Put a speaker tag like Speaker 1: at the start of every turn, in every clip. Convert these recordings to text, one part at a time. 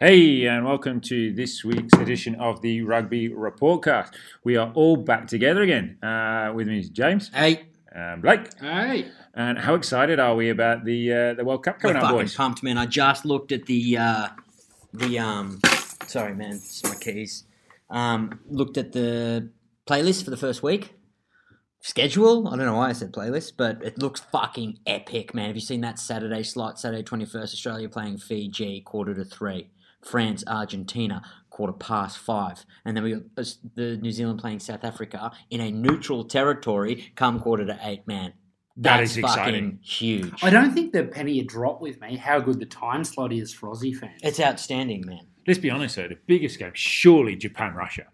Speaker 1: Hey, and welcome to this week's edition of the Rugby Reportcast. We are all back together again. Uh, with me is James,
Speaker 2: Hey,
Speaker 1: and Blake,
Speaker 3: Hey,
Speaker 1: and how excited are we about the uh, the World Cup
Speaker 2: we're
Speaker 1: coming up,
Speaker 2: fucking
Speaker 1: boys?
Speaker 2: pumped, man. I just looked at the uh, the um. Sorry, man, it's my keys. Um, looked at the playlist for the first week schedule. I don't know why I said playlist, but it looks fucking epic, man. Have you seen that Saturday slot? Saturday twenty first, Australia playing Fiji, quarter to three. France, Argentina, quarter past five, and then we got us- the New Zealand playing South Africa in a neutral territory. Come quarter to eight, man.
Speaker 1: That
Speaker 2: That's
Speaker 1: is exciting.
Speaker 2: fucking huge.
Speaker 3: I don't think the penny a drop with me how good the time slot is for Aussie fans.
Speaker 2: It's outstanding, man.
Speaker 1: Let's be honest, though, the biggest game surely Japan Russia.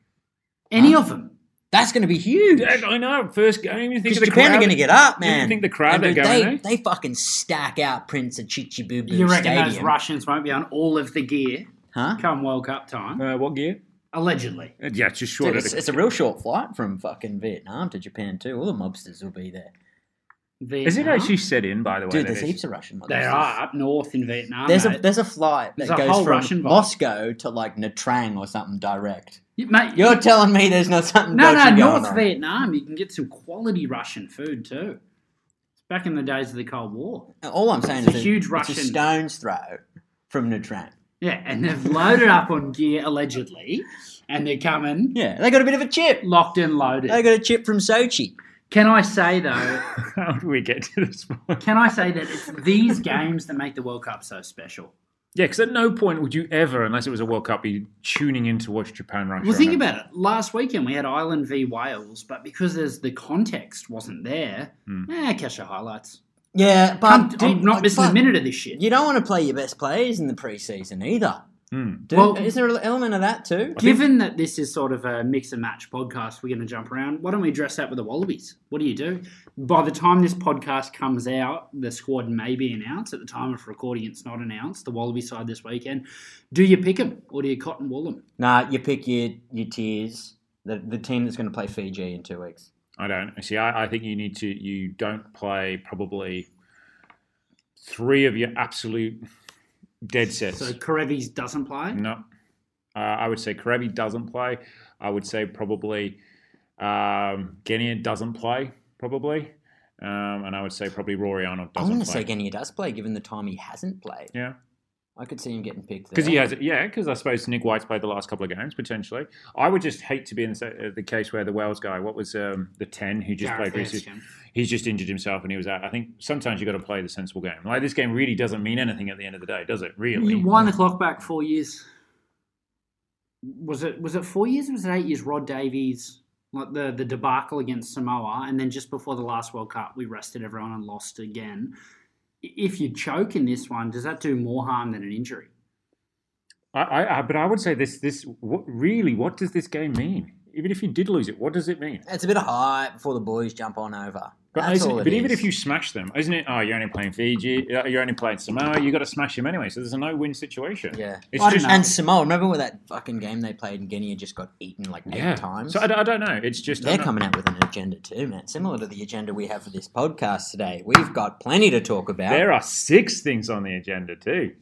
Speaker 3: Any of them.
Speaker 2: That's going to be huge.
Speaker 1: Yeah, I know, first game. You think
Speaker 2: Because
Speaker 1: of the
Speaker 2: Japan
Speaker 1: crowd,
Speaker 2: are going to get up,
Speaker 1: you
Speaker 2: man.
Speaker 1: think the crowd eh?
Speaker 2: And
Speaker 1: that go
Speaker 2: they,
Speaker 1: in
Speaker 2: they fucking stack out Prince at Chichibubu
Speaker 3: You reckon
Speaker 2: Stadium.
Speaker 3: those Russians won't be on all of the gear
Speaker 2: Huh?
Speaker 3: come World Cup time?
Speaker 1: Uh, what gear?
Speaker 3: Allegedly.
Speaker 1: Uh, Yeah, it's just short
Speaker 2: Dude,
Speaker 1: of
Speaker 2: it's,
Speaker 1: the
Speaker 2: it's a real short flight from fucking Vietnam to Japan too. All the mobsters will be there.
Speaker 1: Is it
Speaker 3: Vietnam?
Speaker 1: actually set in, by the way?
Speaker 2: Dude,
Speaker 1: that
Speaker 2: there's
Speaker 1: it's-
Speaker 2: heaps of Russian mobsters.
Speaker 3: They are up north in Vietnam.
Speaker 2: There's a
Speaker 3: mate.
Speaker 2: there's a flight that
Speaker 3: There's a
Speaker 2: goes
Speaker 3: whole
Speaker 2: from
Speaker 3: Russian vibe.
Speaker 2: Moscow to like Natrang or something direct.
Speaker 3: You- mate,
Speaker 2: You're telling me there's not something?
Speaker 3: no, no,
Speaker 2: dodgy going
Speaker 3: North
Speaker 2: on.
Speaker 3: Vietnam. You can get some quality Russian food too. It's back in the days of the Cold War.
Speaker 2: All I'm saying
Speaker 3: It's
Speaker 2: is
Speaker 3: a
Speaker 2: that
Speaker 3: huge
Speaker 2: It's a
Speaker 3: Russian-
Speaker 2: stone's throw from Natrang.
Speaker 3: Yeah, and they've loaded up on gear allegedly, and they're coming
Speaker 2: Yeah, they got a bit of a chip.
Speaker 3: locked and
Speaker 2: They
Speaker 3: loaded.
Speaker 2: got a chip from Sochi.
Speaker 3: Can I say though?
Speaker 1: How do we get to this point?
Speaker 3: Can I say that it's these games that make the World Cup so special?
Speaker 1: Yeah, because at no point would you ever, unless it was a World Cup, be tuning in to watch Japan Russia.
Speaker 3: Well, think
Speaker 1: I know.
Speaker 3: about it. Last weekend we had Ireland v Wales, but because there's the context wasn't there, eh, catch the highlights.
Speaker 2: Yeah, Hmm. Um, but
Speaker 3: I'm,
Speaker 2: dude,
Speaker 3: I'm not
Speaker 2: like,
Speaker 3: missing a
Speaker 2: fuck,
Speaker 3: minute of this shit.
Speaker 2: You don't want to play your best players in the preseason either.
Speaker 1: Hmm.
Speaker 2: Dude,
Speaker 3: Well-
Speaker 2: is there an element of that too?
Speaker 3: Given that this is sort of a mix and match podcast, we're going to jump around. Why don't we address that with the Wallabies? What do you do? By the time this podcast comes out, the squad may be announced. At the time of recording, it's not announced. The Wallaby side this weekend. Do you pick them or do you cotton wool them?
Speaker 2: Nah, you pick your your tiers. The the team that's going to play Fiji in two weeks.
Speaker 1: I don't see. I, I think you need to. You don't play probably three of your absolute dead sets.
Speaker 3: So Karevis doesn't
Speaker 2: Mm,
Speaker 3: play.
Speaker 1: no, uh, I would say Karebi doesn't play. I would say probably um, Genia doesn't play. Probably, um, and I would say probably Rory Arnold
Speaker 2: I'm
Speaker 1: doesn't
Speaker 2: going to
Speaker 1: play.
Speaker 2: say Genia does play, given the time he hasn't played.
Speaker 1: yeah.
Speaker 2: I could see him getting picked
Speaker 1: Because he uh,
Speaker 2: there.
Speaker 1: has, yeah. Because I suppose Nick White's played the last couple of games potentially. I would just hate to be in the, sa- uh, the case where the Wales guy, what was um, the ten who just
Speaker 3: Gareth
Speaker 1: played recently,
Speaker 3: Erskine.
Speaker 1: he's just injured himself and he was out. I think sometimes you got to play the sensible game. Like this game really doesn't mean anything at the end of the day, does it? Really?
Speaker 3: You wind the clock back four years. Was it was it four years? or Was it eight years? Rod Davies, like the the debacle against Samoa, and then just before the last World Cup, we rested everyone and lost again. I- If you choke in this one, does that do more harm than an injury?
Speaker 1: I, I, I, but I would say this. This what, really? What does this game mean? Even if you did lose it, what does it mean?
Speaker 2: It's a bit of hype before the boys jump on over.
Speaker 1: But,
Speaker 2: That's
Speaker 1: isn't-
Speaker 2: all it
Speaker 1: but even
Speaker 2: is.
Speaker 1: if you smash them, isn't it? Oh, you're only playing Fiji. uh, You're only playing Samoa. You got to smash them anyway. So there's a no-win situation.
Speaker 2: Yeah.
Speaker 1: It's
Speaker 3: I don't
Speaker 1: just
Speaker 3: know.
Speaker 2: And Samoa, remember with that fucking game they played in Guinea just got eaten like eight
Speaker 1: yeah.
Speaker 2: times?
Speaker 1: So I, don't- I don't know. It's just
Speaker 2: They're
Speaker 1: I'm not-
Speaker 2: coming out with an agenda too, man. Similar to the agenda we have for this podcast today. We've got plenty to talk about.
Speaker 1: There are six things on the agenda too.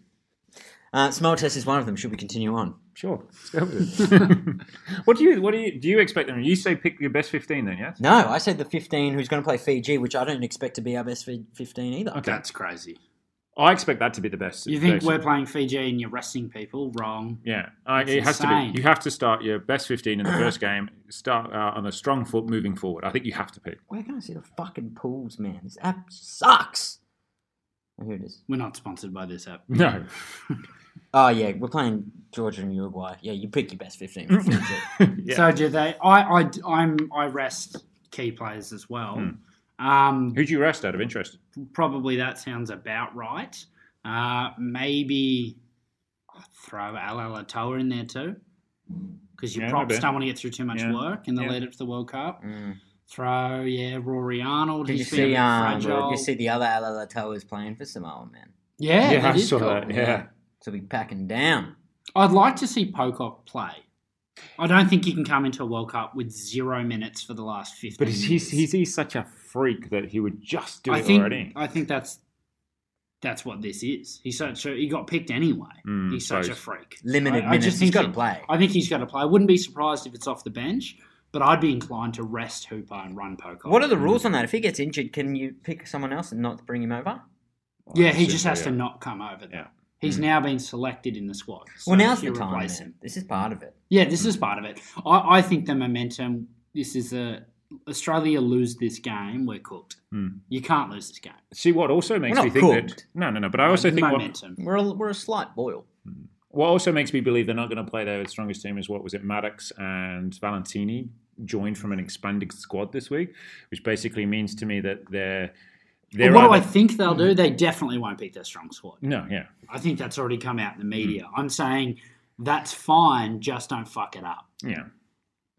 Speaker 2: Uh, smell test is one of them. Should we continue on?
Speaker 1: Sure. Let's go with it. what do you what do you do you expect them? You say pick your best fifteen then, yes?
Speaker 2: No, I said the 15 who's going to play Fiji, which I don't expect to be our best fi- 15 either.
Speaker 1: Okay.
Speaker 3: That's crazy.
Speaker 1: I expect that to be the best.
Speaker 3: You think
Speaker 1: best-
Speaker 3: we're playing Fiji and you're resting people? Wrong.
Speaker 1: yeah, I,
Speaker 3: That's
Speaker 1: it has to
Speaker 3: insane.
Speaker 1: be. You have to start your best fifteen in the first game. Start uh, on a strong foot moving forward. I think you have to pick.
Speaker 2: Where can I see the fucking pools, man? This app sucks. Oh, here it is.
Speaker 3: We're not sponsored by this app.
Speaker 1: No,
Speaker 2: Oh, yeah, we're playing Georgia and Uruguay. Yeah, you pick your best 15 for
Speaker 3: Mm-hmm.
Speaker 2: Fiji.
Speaker 1: Yeah.
Speaker 3: So do they? I I I'm I rest key players as well.
Speaker 1: Hmm.
Speaker 3: Um,
Speaker 1: who do you rest out of interest?
Speaker 3: probably that sounds about right. Uh, maybe I'd throw Al Alatoa in there too, because your
Speaker 1: Yeah,
Speaker 3: props
Speaker 1: maybe.
Speaker 3: don't want to get through too much
Speaker 1: Yeah.
Speaker 3: work in the
Speaker 1: Yeah.
Speaker 3: lead up to the World Cup.
Speaker 2: Mm.
Speaker 3: Throw yeah, Rory Arnold.
Speaker 2: Did you
Speaker 3: he's been
Speaker 2: see, um,
Speaker 3: fragile.
Speaker 2: you see the other Alalatoas playing for Samoa, man?
Speaker 3: yeah,
Speaker 1: I
Speaker 3: that is
Speaker 1: saw
Speaker 3: cool.
Speaker 1: that. Yeah,
Speaker 2: So we packing down.
Speaker 3: I'd like to see Pocock play. I don't think he can come into a World Cup with zero minutes for the last fifteen.
Speaker 1: but he's, he's
Speaker 3: years.
Speaker 1: he's he's such a freak that he would just do
Speaker 3: I
Speaker 1: it
Speaker 3: think
Speaker 1: already.
Speaker 3: I think that's that's what this is. He's such a, he got picked anyway.
Speaker 1: Mm,
Speaker 3: He's such
Speaker 1: so-
Speaker 3: a freak.
Speaker 2: Limited
Speaker 3: I- I
Speaker 2: minutes.
Speaker 3: just
Speaker 2: he's
Speaker 3: think
Speaker 2: got to
Speaker 3: he-
Speaker 2: play.
Speaker 3: I think he's going to play. I wouldn't be surprised if it's off the bench, but I'd be inclined to rest Hooper and run Pocock.
Speaker 2: What are the rules on that? If he gets injured, can you pick someone else and not bring him over?
Speaker 3: yeah, he just has
Speaker 1: yeah.
Speaker 3: to not come over there.
Speaker 1: Yeah.
Speaker 3: He's now been selected in the squad.
Speaker 2: Hmm.
Speaker 3: so
Speaker 2: well, now's
Speaker 3: you
Speaker 2: the time.
Speaker 3: replace
Speaker 2: man.
Speaker 3: him.
Speaker 2: This is part of it.
Speaker 3: Yeah, this is part of it. I, I think the momentum. This is a Australia lose this game, we're cooked.
Speaker 2: Hmm.
Speaker 1: Mm.
Speaker 3: You can't lose this game.
Speaker 1: See what also makes
Speaker 2: We're
Speaker 1: me
Speaker 2: not
Speaker 1: think that
Speaker 2: cooked.
Speaker 1: no, no, no. But I also think what,
Speaker 3: momentum.
Speaker 2: We're a, we're a slight boil.
Speaker 1: what also makes me believe they're not going to play their strongest team is what was it? Maddox and Valentini joined from an expanded squad this week, which basically means to me that they're they're
Speaker 3: what do I
Speaker 1: either-
Speaker 3: think they'll
Speaker 2: Hmm.
Speaker 3: do? They definitely won't pick their strong squad.
Speaker 1: no, yeah,
Speaker 3: I think that's already come out in the media.
Speaker 2: Hmm.
Speaker 3: I'm saying that's fine, just don't fuck it up.
Speaker 1: yeah.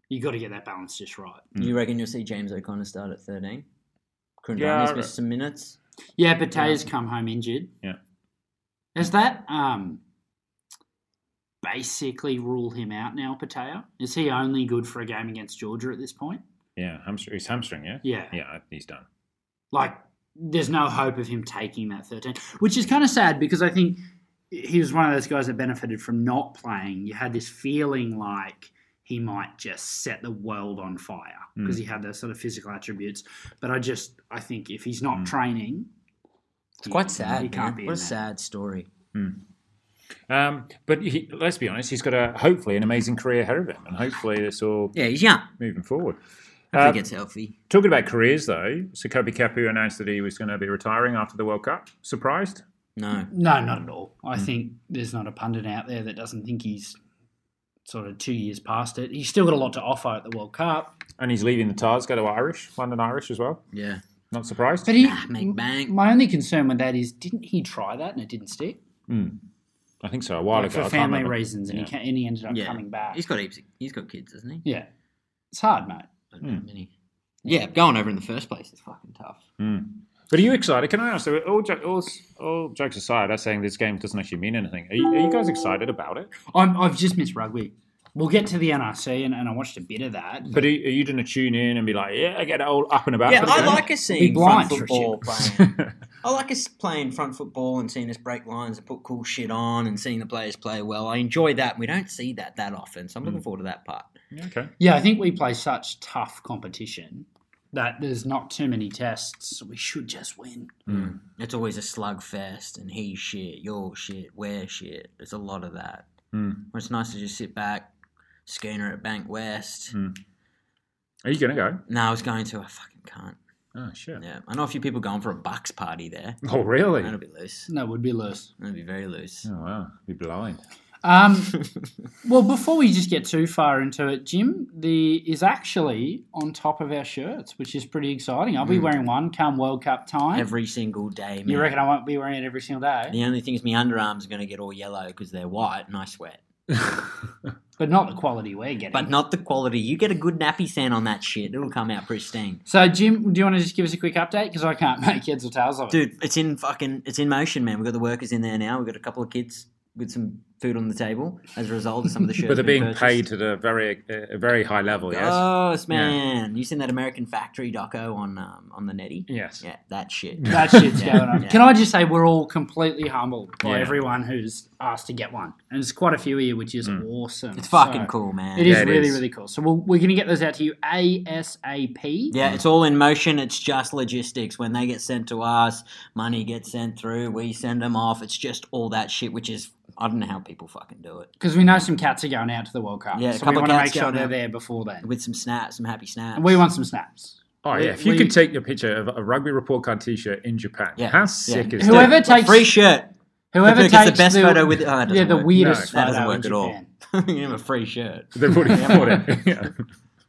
Speaker 3: You got to get that balance just right.
Speaker 1: Mm.
Speaker 2: You reckon you'll see James O'Connor start at 13? Kundrani's
Speaker 1: Yeah, I-
Speaker 2: missed some minutes.
Speaker 3: Yeah, Patea's come home injured.
Speaker 1: Yeah.
Speaker 3: Does that um basically rule him out now, Patea? Is he only good for a game against Georgia at this point?
Speaker 1: Yeah, hamstring. He's hamstring. Yeah,
Speaker 3: Yeah.
Speaker 1: yeah. He's done.
Speaker 3: Like there's no hope of him taking that 13, which is kind of sad because I think he was one of those guys that benefited from not playing. You had this feeling like he might just set the world on fire because
Speaker 1: Mm.
Speaker 3: he had those sort of physical attributes. But I just I think if he's not
Speaker 1: Mm.
Speaker 3: training,
Speaker 2: It's quite sad.
Speaker 3: He can't
Speaker 2: man.
Speaker 3: be
Speaker 2: What a
Speaker 3: in that.
Speaker 2: sad story.
Speaker 1: Um, but he, let's be honest, he's got a hopefully an amazing career ahead of him, and hopefully this all
Speaker 2: Yeah, he's young.
Speaker 1: moving forward.
Speaker 2: Hopefully
Speaker 3: Uh,
Speaker 1: Um,
Speaker 2: he gets healthy.
Speaker 1: Talking about careers, though, so Kobe Capu announced that he was going to be retiring after the World Cup. Surprised?
Speaker 2: No.
Speaker 3: No, not at all. I think there's not a pundit out there that doesn't think he's sort of two years past it. He's still got a lot to offer at the World Cup.
Speaker 1: And he's leaving the Tars, go to Irish, London Irish as well.
Speaker 2: Yeah.
Speaker 1: Not surprised.
Speaker 3: But he,
Speaker 2: Nah, make bank.
Speaker 3: my only concern with that is, didn't he try that and it didn't stick
Speaker 1: Mm. I think so. A while
Speaker 3: Like,
Speaker 1: ago,
Speaker 3: for
Speaker 1: I can't
Speaker 3: family
Speaker 1: remember.
Speaker 3: reasons, and,
Speaker 1: Yeah.
Speaker 3: he ca and he ended up
Speaker 2: Yeah.
Speaker 3: coming back.
Speaker 2: He's got heaps. of- He's got kids, isn't he?
Speaker 3: yeah, it's hard, mate.
Speaker 2: I don't know
Speaker 3: Hmm.
Speaker 2: how many. Yeah, going over in the first place is fucking tough.
Speaker 1: Mm. But are you excited? Can I ask? so All, jo- all, all jokes aside, I'm saying this game doesn't actually mean anything. Are you, are you guys excited about it?
Speaker 3: I'm, I've just missed rugby. We'll get to the NRC, and, and I watched a bit of that.
Speaker 1: But are, are you going to tune in and be like, yeah, get all up and about?
Speaker 2: Yeah,
Speaker 1: for the
Speaker 2: I
Speaker 1: game?
Speaker 2: like us seeing
Speaker 3: blind,
Speaker 2: front football playing. I like us playing front football and seeing us break lines and put cool shit on and seeing the players play well. I enjoy that. We don't see that that often, so I'm looking forward to that part.
Speaker 1: Yeah, okay.
Speaker 3: Yeah, I think we play such tough competition that there's not too many tests. So we should just win.
Speaker 1: Hmm.
Speaker 2: It's always a slugfest and he shit, your shit, where shit. There's a lot of that.
Speaker 3: Hmm.
Speaker 1: Mm.
Speaker 2: Well, it's nice to just sit back, schooner at Bank West.
Speaker 1: Mm. Are you going to go?
Speaker 2: No, I was going to. I fucking can't.
Speaker 1: Oh, shit.
Speaker 2: Yeah, I know a few people going for a bucks party there.
Speaker 1: Oh, really?
Speaker 2: That'll be loose.
Speaker 3: No, would be loose.
Speaker 2: That'll be very loose.
Speaker 1: Oh, wow. Be blind.
Speaker 3: Um, well, before we just get too far into it, Jim, the is actually on top of our shirts, which is pretty exciting. I'll be wearing one come World Cup time.
Speaker 2: Mm. Every single day, man.
Speaker 3: you reckon I won't be wearing it every single day?
Speaker 2: The only thing is, my underarms are going to get all yellow because they're white and I sweat.
Speaker 3: But not the quality we're getting.
Speaker 2: But not the quality. You get a good nappy sand on that shit, it'll come out pristine.
Speaker 3: so, Jim, do you want to just give us a quick update? Because I can't make heads or tails of it.
Speaker 2: Dude, it's in fucking, it's in motion, man. We've got the workers in there now. We've got a couple of kids with some food on the table as a result of some of the shirts.
Speaker 1: But they're
Speaker 2: being
Speaker 1: being
Speaker 2: purchased.
Speaker 1: paid at a very, a very high level, yes?
Speaker 3: Uh,
Speaker 2: Gross, man. You seen that American Factory doco on um, on the netty?
Speaker 1: yes.
Speaker 2: Yeah, that shit.
Speaker 3: That shit's
Speaker 2: Yeah,
Speaker 3: going on.
Speaker 2: yeah.
Speaker 3: Can I just say we're all completely humbled by
Speaker 1: Yeah.
Speaker 3: everyone who's asked to get one, and it's quite a few here, which is awesome.
Speaker 2: Mm. It's fucking
Speaker 3: So,
Speaker 2: cool, man.
Speaker 3: It is
Speaker 1: Yeah, it
Speaker 3: really
Speaker 1: is.
Speaker 3: really cool. So we'll, we're going to get those out to you asap.
Speaker 2: Yeah, it's all in motion. It's just logistics. When they get sent to us, money gets sent through, we send them off. It's just all that shit, which is, I don't know how people fucking do it.
Speaker 3: Because we know some cats are going out to the World Cup.
Speaker 2: Yeah, a
Speaker 3: so we
Speaker 2: couple of
Speaker 3: want to make
Speaker 2: cats
Speaker 3: sure
Speaker 2: going
Speaker 3: they're
Speaker 2: out.
Speaker 3: there before then.
Speaker 2: With some snaps, some happy snaps.
Speaker 3: And we want some snaps.
Speaker 1: Oh,
Speaker 3: We-
Speaker 1: yeah. If you
Speaker 3: we-
Speaker 1: could take your picture of a rugby report card t shirt in Japan,
Speaker 2: Yeah.
Speaker 1: how sick
Speaker 2: Yeah.
Speaker 1: is
Speaker 3: Whoever
Speaker 1: that?
Speaker 3: takes
Speaker 2: Free shirt.
Speaker 3: whoever
Speaker 2: Look, it's
Speaker 3: takes
Speaker 2: the best photo with- oh, that
Speaker 3: yeah
Speaker 2: doesn't
Speaker 3: the
Speaker 2: work.
Speaker 3: weirdest
Speaker 1: No,
Speaker 2: that
Speaker 3: photo
Speaker 2: doesn't work
Speaker 3: in
Speaker 2: at all.
Speaker 3: Japan.
Speaker 2: Give him a free shirt.
Speaker 1: They've already bought it. Yeah.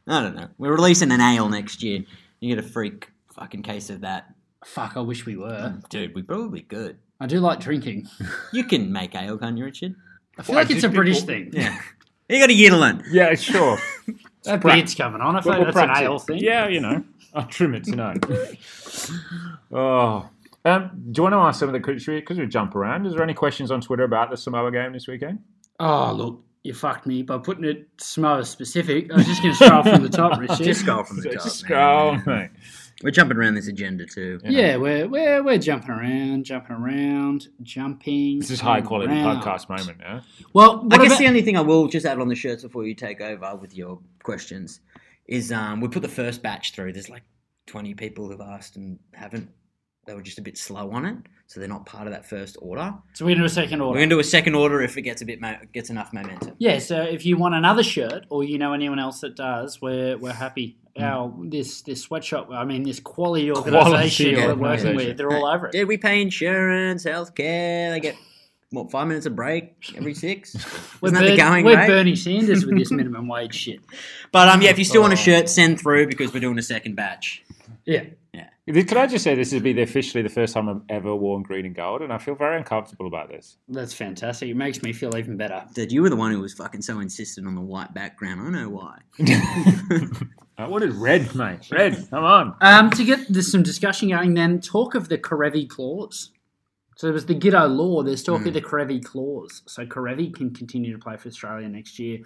Speaker 2: I don't know. We're releasing an ale next year. You get a freak fucking case of that.
Speaker 3: Fuck, I wish we were.
Speaker 2: Dude, we probably could.
Speaker 3: I do like drinking.
Speaker 2: You can make ale, can't you, Richard?
Speaker 3: I feel
Speaker 1: Why
Speaker 3: like it's a
Speaker 1: do
Speaker 3: British
Speaker 1: people-
Speaker 3: thing.
Speaker 2: Yeah. you got a year to learn.
Speaker 1: Yeah, sure.
Speaker 3: That beard's coming on. I feel
Speaker 1: But we'll
Speaker 3: like that's an
Speaker 1: practice.
Speaker 3: ale thing.
Speaker 1: Yeah, you know. I'll trim it tonight. oh. Um, do you want to ask some of the country because we jump around? Is there any questions on Twitter about the Samoa game this weekend?
Speaker 3: Oh look, you fucked me by putting it
Speaker 2: Oh,
Speaker 3: Samoa specific. I was just going to start from the top, Richard.
Speaker 2: Just go from the top.
Speaker 1: Skull, oh, mate.
Speaker 2: We're jumping around this agenda too.
Speaker 1: Yeah.
Speaker 3: Yeah, we're, we're we're jumping around, jumping around, jumping.
Speaker 1: This is high quality
Speaker 3: around.
Speaker 1: podcast moment, yeah?
Speaker 3: Well, what
Speaker 2: I guess
Speaker 3: about-
Speaker 2: the only thing I will just add on the shirts before you take over with your questions is um, we put the first batch through. There's like 20 people who've asked and haven't. They were just a bit slow on it, so they're not part of that first order.
Speaker 3: so we're gonna do a second
Speaker 2: We're
Speaker 3: order.
Speaker 2: gonna do a second order if it gets a bit mo- gets enough momentum.
Speaker 3: yeah, so if you want another shirt, or you know anyone else that does, we're we're happy. Our this this sweatshop, I mean this Mm. quality organization we're working
Speaker 1: organisation.
Speaker 3: with, they're all over it.
Speaker 2: Did we pay insurance, healthcare? They get what five minutes of break every six.
Speaker 3: We're,
Speaker 2: Isn't that the
Speaker 3: Bern-
Speaker 2: going
Speaker 3: we're
Speaker 2: rate?
Speaker 3: Bernie Sanders with this minimum wage shit.
Speaker 2: But um, yeah, if you still want a
Speaker 1: Oh.
Speaker 2: shirt, send through because we're doing a second batch.
Speaker 3: Yeah,
Speaker 1: Could I just say this would be the, officially the first time I've ever worn green and gold, and I feel very uncomfortable about this.
Speaker 3: that's fantastic. It makes me feel even better.
Speaker 2: Dude, you were the one who was fucking so insistent on the white background. I know why.
Speaker 1: I wanted red, mate. Red, come on.
Speaker 3: Um, to get there's some discussion going, then talk of the Karevi clause. So there was the Giddo law. There's talk
Speaker 2: Mm.
Speaker 3: of the Karevi clause. So Karevi can continue to play for Australia next year.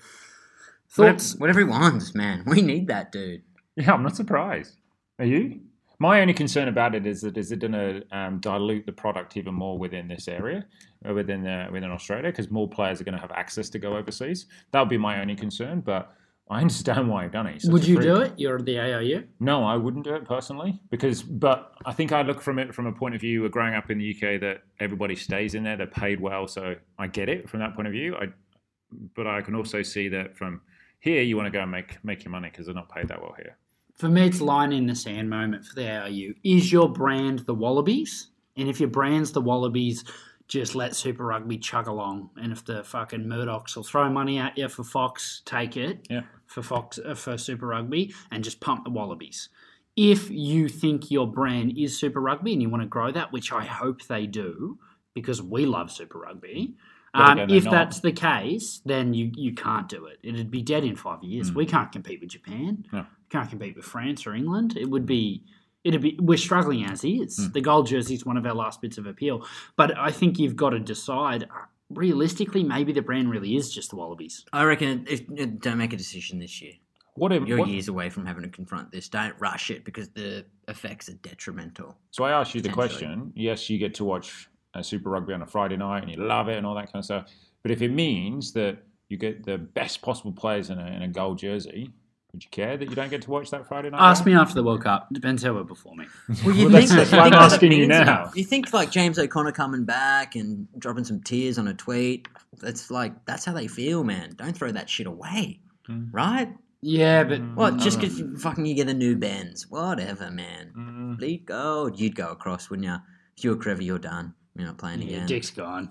Speaker 3: Thoughts?
Speaker 2: Whatever he wants, man. We need that dude.
Speaker 1: Yeah, I'm not surprised. Are you? My only concern about it is that is it going to um, dilute the product even more within this area, uh, within uh, within Australia, because more players are going to have access to go overseas. That would be my only concern, but I understand why I've done it. He's such
Speaker 3: Would
Speaker 1: a
Speaker 3: you
Speaker 1: freak.
Speaker 3: do it? You're the AIU.
Speaker 1: No, I wouldn't do it personally because, but I think I look from it from a point of view of growing up in the UK that everybody stays in there, they're paid well, so I get it from that point of view. I, but I can also see that from here, you want to go and make make your money because they're not paid that well here.
Speaker 3: For me, it's line in the sand moment for the AIU. Is your brand the Wallabies? And if your brand's the Wallabies, just let Super Rugby chug along. And if the fucking Murdochs will throw money at you for Fox, take it.
Speaker 1: Yeah.
Speaker 3: for Fox uh, for Super Rugby and just pump the Wallabies. If you think your brand is Super Rugby and you want to grow that, which I hope they do because we love Super Rugby,
Speaker 1: But
Speaker 3: um,
Speaker 1: again, they're
Speaker 3: if
Speaker 1: not.
Speaker 3: that's the case, then you, you can't do it. It'd be dead in five years. We can't compete with Japan.
Speaker 1: No.
Speaker 3: Can't compete with France or England. It would be. It'd be we're struggling as is. The gold jersey is one of our last bits of appeal, but I think you've got to decide. uh, Realistically, maybe the brand really is just the Wallabies.
Speaker 2: I reckon if, if- don't make a decision this year.
Speaker 1: What, am,
Speaker 2: You're
Speaker 1: what
Speaker 2: years away from having to confront this. Don't rush it because the effects are detrimental.
Speaker 1: So I asked you the
Speaker 2: Potentially.
Speaker 1: question. Yes, you get to watch uh, Super Rugby on a Friday night and you love it and all that kind of stuff. But if it means that you get the best possible players in a, in a gold jersey, would you care that you don't get to watch that Friday night?
Speaker 3: Ask me after the World Cup. Depends how we're performing.
Speaker 2: Well, you
Speaker 1: Well, that's- that's why I'm
Speaker 2: what it
Speaker 1: asking you
Speaker 2: means,
Speaker 1: now.
Speaker 2: though. You think like James O'Connor coming back and dropping some tears on a tweet. That's like that's how they feel, man. Don't throw that shit away,
Speaker 1: Mm.
Speaker 2: right?
Speaker 3: Yeah, but
Speaker 2: What? just
Speaker 1: Mm.
Speaker 2: because you fucking you get a new Benz, whatever, man.
Speaker 1: Mm,
Speaker 2: Bleed gold. You'd go across, wouldn't you? If you were Crevy, you're done. You're not playing
Speaker 3: yeah,
Speaker 2: again.
Speaker 3: Dick's gone.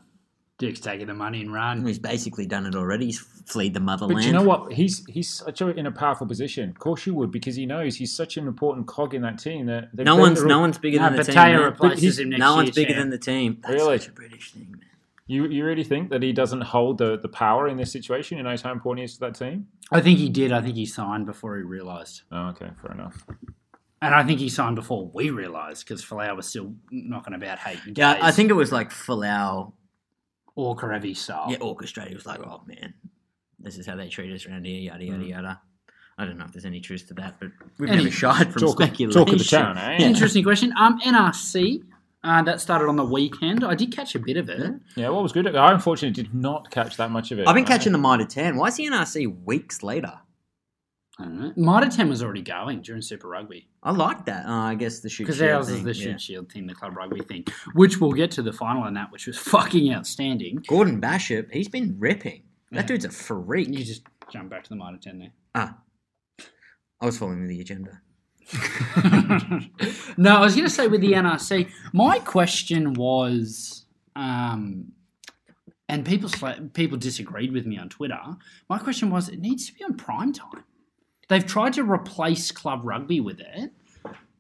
Speaker 3: Dick's taking the money and run.
Speaker 2: He's basically done it already. He's fled the
Speaker 1: but
Speaker 2: motherland.
Speaker 1: you know what? He's he's such a, in a powerful position. Of course you would, because he knows he's such an important cog in that team. That they've
Speaker 2: No
Speaker 1: built
Speaker 2: one's
Speaker 1: their-
Speaker 2: no one's
Speaker 1: Ah,
Speaker 2: bigger
Speaker 3: No,
Speaker 2: than the team.
Speaker 3: Pataya
Speaker 2: man.
Speaker 3: replaces
Speaker 2: He's-
Speaker 3: him next
Speaker 2: no
Speaker 3: year,
Speaker 2: one's bigger
Speaker 3: Sam.
Speaker 2: than the team. That's
Speaker 1: Really?
Speaker 2: such a British thing, man.
Speaker 1: You you really think that he doesn't hold the the power in this situation? He knows how important he is to that team.
Speaker 3: I think he did. I think he signed before he realised.
Speaker 1: Oh, okay, fair enough.
Speaker 3: And I think he signed before we realised because Falau was still knocking about hey.
Speaker 2: Yeah, I think it was like Falau
Speaker 3: Or Karevi
Speaker 1: Oh.
Speaker 3: Sal.
Speaker 2: yeah, orchestrated. It was like, oh man, this is how they treat us around here, yada yada
Speaker 1: Mm.
Speaker 2: yada. I don't know if there's any truth to that, but we've
Speaker 3: Any-
Speaker 2: never shied from
Speaker 1: Talk of,
Speaker 2: speculation.
Speaker 1: talk of the town, eh?
Speaker 3: Interesting question. Um, NRC. Uh, that started on the weekend. I did catch a bit of it.
Speaker 1: Yeah, what was good? I unfortunately did not catch that much of it. Uh,
Speaker 2: I've been
Speaker 1: I-
Speaker 2: catching the Mitre 10. Why is the NRC weeks later?
Speaker 3: I don't know. Uh, Mitre 10 was already going during Super Rugby
Speaker 2: I like that. Oh, I guess the shoot
Speaker 3: because
Speaker 2: shield
Speaker 3: ours is
Speaker 2: thing,
Speaker 3: the
Speaker 2: yeah.
Speaker 3: shoot shield thing, the club rugby thing, which we'll get to the final in that, which was fucking outstanding.
Speaker 2: Gordon Bashop, he's been ripping. That
Speaker 3: Yeah.
Speaker 2: dude's a freak.
Speaker 3: You just jump back to the Mitre 10 there.
Speaker 2: Ah, I was following the agenda.
Speaker 3: no, I was going to say with the NRC, my question was, um, and people sla- people disagreed with me on Twitter. My question was, it needs to be on prime time. They've tried to replace club rugby with it.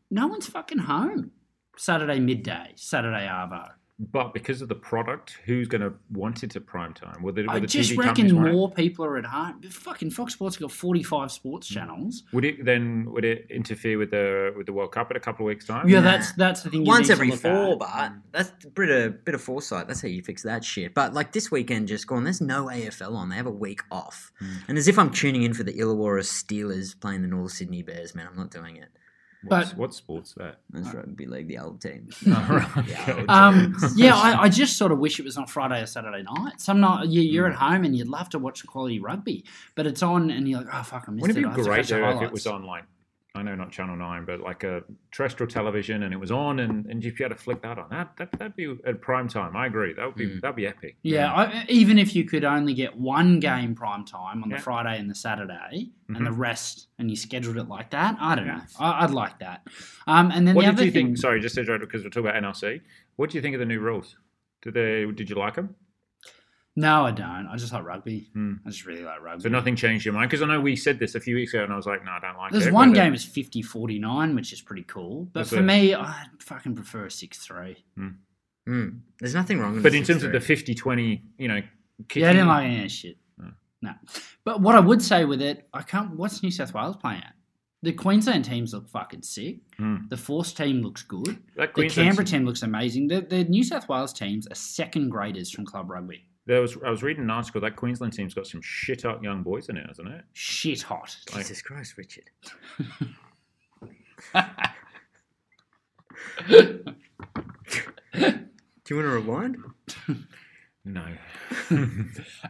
Speaker 3: No one's fucking home. Saturday midday, Saturday arvo.
Speaker 1: But because of the product, who's going to want it at prime time? Will the, will
Speaker 3: I
Speaker 1: the
Speaker 3: just
Speaker 1: TV
Speaker 3: reckon
Speaker 1: companies want it?
Speaker 3: more people are at home. Fucking Fox Sports have got forty-five sports channels.
Speaker 1: Would it then? Would it interfere with the with the World Cup in a couple of weeks' time?
Speaker 3: Yeah,
Speaker 2: Nah.
Speaker 3: that's that's the thing. You
Speaker 2: Once
Speaker 3: need to
Speaker 2: every
Speaker 3: look
Speaker 2: four,
Speaker 3: at.
Speaker 2: but that's a bit of, bit of foresight. That's how you fix that shit. But like this weekend just gone, there's no AFL on. They have a week Mm. off. And as if I'm tuning in for the Illawarra Steelers playing the North Sydney Bears, man, I'm not doing it.
Speaker 1: What's,
Speaker 3: But-
Speaker 1: what sport's that?
Speaker 2: That's right, be like the old team.
Speaker 1: Right.
Speaker 2: Yeah,
Speaker 3: Um, yeah, I, I just sort of wish it was on Friday or Saturday night. Some night you,
Speaker 1: Hmm.
Speaker 3: you're at home and you'd love to watch quality rugby, but it's on and you're like, oh fuck, I missed
Speaker 1: Wouldn't
Speaker 3: it.
Speaker 1: it
Speaker 3: I
Speaker 1: be
Speaker 3: have to
Speaker 1: great
Speaker 3: catch the
Speaker 1: though if it
Speaker 3: highlights."
Speaker 1: was on like I know not Channel Nine, but like a terrestrial television, and it was on, and, and you'd be able to flick that on. That that that'd be at prime time. I agree. That would be
Speaker 3: Hmm.
Speaker 2: Mm.
Speaker 1: that'd be epic.
Speaker 3: Yeah, I, even if you could only get one game prime time on the
Speaker 1: Yeah.
Speaker 3: Friday and the Saturday,
Speaker 1: Mhm.
Speaker 3: and the rest, and you scheduled it like that, I don't
Speaker 1: Yeah.
Speaker 3: know. I, I'd like that. Um, and then
Speaker 1: What
Speaker 3: the
Speaker 1: did
Speaker 3: other
Speaker 1: you
Speaker 3: thing,
Speaker 1: think? Sorry, just to interrupt because we're talking about NRC. What do you think of the new rules? Did they? Did you like them?
Speaker 3: no, I don't. I just like rugby.
Speaker 1: Hmm.
Speaker 3: I just really like rugby.
Speaker 1: So nothing changed your mind? Because I know we said this a few weeks ago, and I was like, no, I don't like it.
Speaker 3: There's one
Speaker 1: But, uh,
Speaker 3: game is 50 49, which is pretty cool. But
Speaker 1: That's
Speaker 3: for
Speaker 1: it.
Speaker 3: me, I fucking prefer a 6 3.
Speaker 2: Mm. There's nothing wrong with
Speaker 1: But
Speaker 2: a
Speaker 1: in terms of the
Speaker 2: 6-3.
Speaker 1: 50-20, you know, kicking,
Speaker 3: Yeah, I didn't like any of that shit.
Speaker 1: No.
Speaker 3: No. But what I would say with it, I can't. What's New South Wales playing at? The Queensland teams look fucking sick.
Speaker 1: Hmm.
Speaker 3: The Force team looks good.
Speaker 1: that
Speaker 3: The
Speaker 1: Queensland-
Speaker 3: Canberra team looks amazing. The, the New South Wales teams are second graders from club rugby.
Speaker 1: There was I was reading an article that Queensland team's got some shit up young boys in it, hasn't it?
Speaker 3: Shit hot.
Speaker 2: Jesus Christ, Richard. Do you want to rewind?
Speaker 1: No.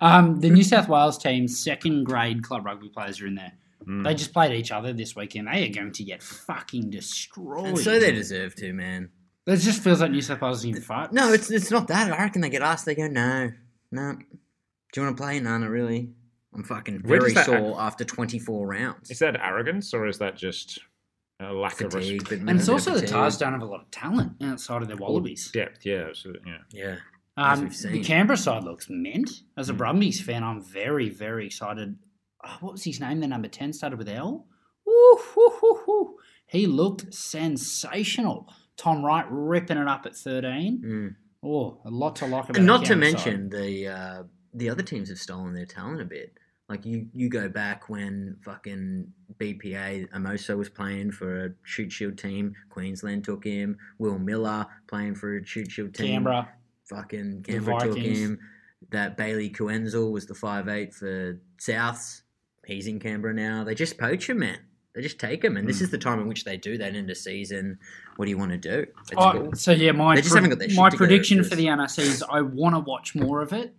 Speaker 3: Um, the New South Wales team's second grade club rugby players are in there.
Speaker 1: Mm.
Speaker 3: They just played each other this weekend. They are going to get fucking destroyed.
Speaker 2: And so they deserve to, man.
Speaker 3: It just feels like New South Wales is in fucked.
Speaker 2: No, it's it's not that. I reckon they get asked. They go, no, no. Do you want to play? No, not really. I'm fucking
Speaker 1: Where
Speaker 2: very
Speaker 1: does that-
Speaker 2: sore after 24 rounds.
Speaker 1: Is that arrogance or is that just a lack
Speaker 2: Fatigue,
Speaker 1: of
Speaker 2: but
Speaker 1: respect?
Speaker 3: and it's
Speaker 2: Yeah,
Speaker 3: also the
Speaker 2: fatigue.
Speaker 3: Tars don't have a lot of talent outside of their Wallabies.
Speaker 1: Depth, yeah, absolutely, yeah.
Speaker 2: Yeah. as
Speaker 3: Um,
Speaker 2: we've
Speaker 3: the
Speaker 2: seen. Hmm.
Speaker 3: Canberra side looks mint. As a
Speaker 1: Mm.
Speaker 3: Brumbies fan, I'm very, very excited. Oh, what was his name? The number 10 started with L. Woo, hoo, hoo, hoo. He looked sensational. Tom Wright ripping it up at 13.
Speaker 2: Mm.
Speaker 3: Oh, a lot to like about
Speaker 2: And not
Speaker 3: the
Speaker 2: to
Speaker 3: Canberra
Speaker 2: mention the uh, the other teams have stolen their talent a bit. Like you, you go back when fucking BPA Amoso was playing for a shoot shield team. Queensland took him. Will Miller playing for a shoot shield
Speaker 3: side.
Speaker 2: team.
Speaker 3: Canberra.
Speaker 2: Fucking Canberra took
Speaker 3: Vikings.
Speaker 2: him. That Bailey Kuenzel was the five eight for Souths. He's in Canberra now. They just poach him, man. They just take him, and this
Speaker 1: Mm.
Speaker 2: is the time in which they do that end of season. What do you want to do? It's
Speaker 3: Oh,
Speaker 2: cool.
Speaker 3: So yeah, my
Speaker 2: They just
Speaker 3: pre-
Speaker 2: haven't got their shit
Speaker 3: my
Speaker 2: together at
Speaker 3: prediction for
Speaker 2: first.
Speaker 3: the NRC is I want to watch more of it.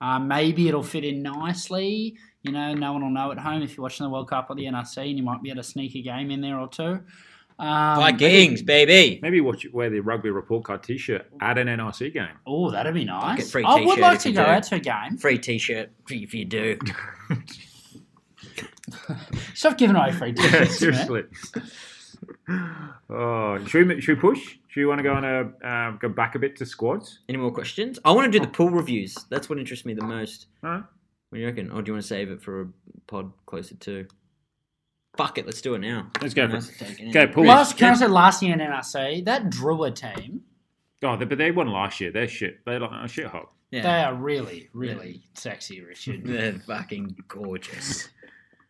Speaker 3: Uh, maybe it'll fit in nicely. You know, no one will know at home if you're watching the World Cup or the NRC, and you might be able to sneak a game in there or two. Um,
Speaker 2: Vikings, baby.
Speaker 1: Maybe watch wear the rugby report card T-shirt at an NRC game.
Speaker 3: oh, that'd be
Speaker 2: Get
Speaker 3: nice.
Speaker 2: free
Speaker 3: I would
Speaker 2: t-shirt
Speaker 3: like
Speaker 2: if
Speaker 3: to
Speaker 2: you
Speaker 3: go
Speaker 2: do.
Speaker 3: out to a game.
Speaker 2: Free T-shirt if you do.
Speaker 3: Stop giving away free
Speaker 1: Yeah,
Speaker 3: t-shirts, man.
Speaker 1: seriously. oh, should we, should we push? Should we want to go on a uh, go back a bit to squads?
Speaker 2: Any more questions? I want to do the pool reviews. That's what interests me the most.
Speaker 1: All right.
Speaker 2: What do you reckon? Or do you want to save it for a pod closer to? Fuck it, let's do it now.
Speaker 1: Let's go for
Speaker 2: Nice
Speaker 1: it.
Speaker 2: to take it in.
Speaker 1: Okay, pool.
Speaker 3: Last, can I say last year in NRC, that Drua team,
Speaker 1: Oh, they, but they won last year. They're shit. They're like a shit hole.
Speaker 3: they
Speaker 2: Yeah.
Speaker 3: are really, really sexy, Richard.
Speaker 2: They're fucking gorgeous.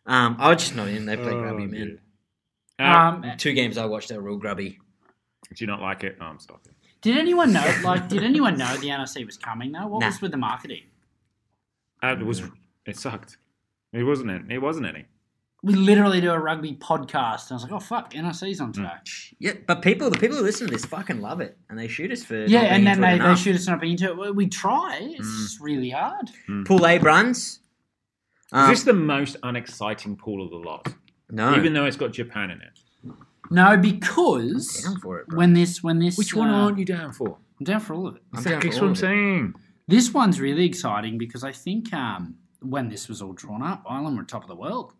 Speaker 2: Um, I was just not in. They play
Speaker 1: Oh,
Speaker 2: grubby, man.
Speaker 1: Uh,
Speaker 3: Um,
Speaker 2: Two games I watched, they were all grubby.
Speaker 1: do you not like it? Oh, I'm stopping.
Speaker 3: Did anyone know? Like, did anyone know the NRC was coming though? What
Speaker 2: Nah.
Speaker 3: was with the marketing?
Speaker 1: Uh, it was. It sucked. It wasn't. It, it wasn't any.
Speaker 3: We literally do a rugby podcast, and I was like, oh fuck, NRC's on
Speaker 1: Hmm.
Speaker 3: today.
Speaker 2: Yeah, but people, the people who listen to this fucking love it, and they shoot us for
Speaker 3: Yeah,
Speaker 2: not being
Speaker 3: and then
Speaker 2: into it
Speaker 3: they, they
Speaker 2: enough.
Speaker 3: shoot us not being into it. We- We try. It's just
Speaker 1: Hmm.
Speaker 3: really hard.
Speaker 2: pool A runs.
Speaker 1: Is
Speaker 2: Um, Oh.
Speaker 1: this the most unexciting pool of the lot?
Speaker 2: no,
Speaker 1: Even though it's got Japan in it.
Speaker 3: No, because
Speaker 2: down for it, bro.
Speaker 3: when this when this
Speaker 1: Which one
Speaker 3: uh,
Speaker 1: aren't you down for?
Speaker 3: I'm down for all of it.
Speaker 2: I'm down for
Speaker 1: That's what
Speaker 2: all
Speaker 1: I'm
Speaker 2: of it.
Speaker 1: saying.
Speaker 3: This one's really exciting because I think um, when this was all drawn up, Ireland were top of the world,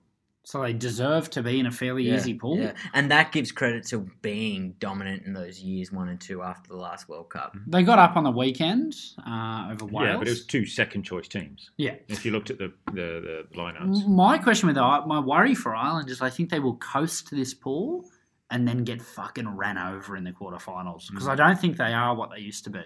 Speaker 3: so they deserve to be in a fairly
Speaker 2: Yeah,
Speaker 3: easy pool.
Speaker 2: yeah. And that gives credit to being dominant in those years one and two after the last World Cup.
Speaker 3: They got up on the weekend uh, over Wales.
Speaker 1: Yeah, but it was two second choice teams.
Speaker 3: yeah.
Speaker 1: If you looked at the the, the lineups.
Speaker 3: Mm-hmm. My question with I- my worry for Ireland is I think they will coast this pool and then get fucking ran over in the quarterfinals because I don't think they are what they used to be.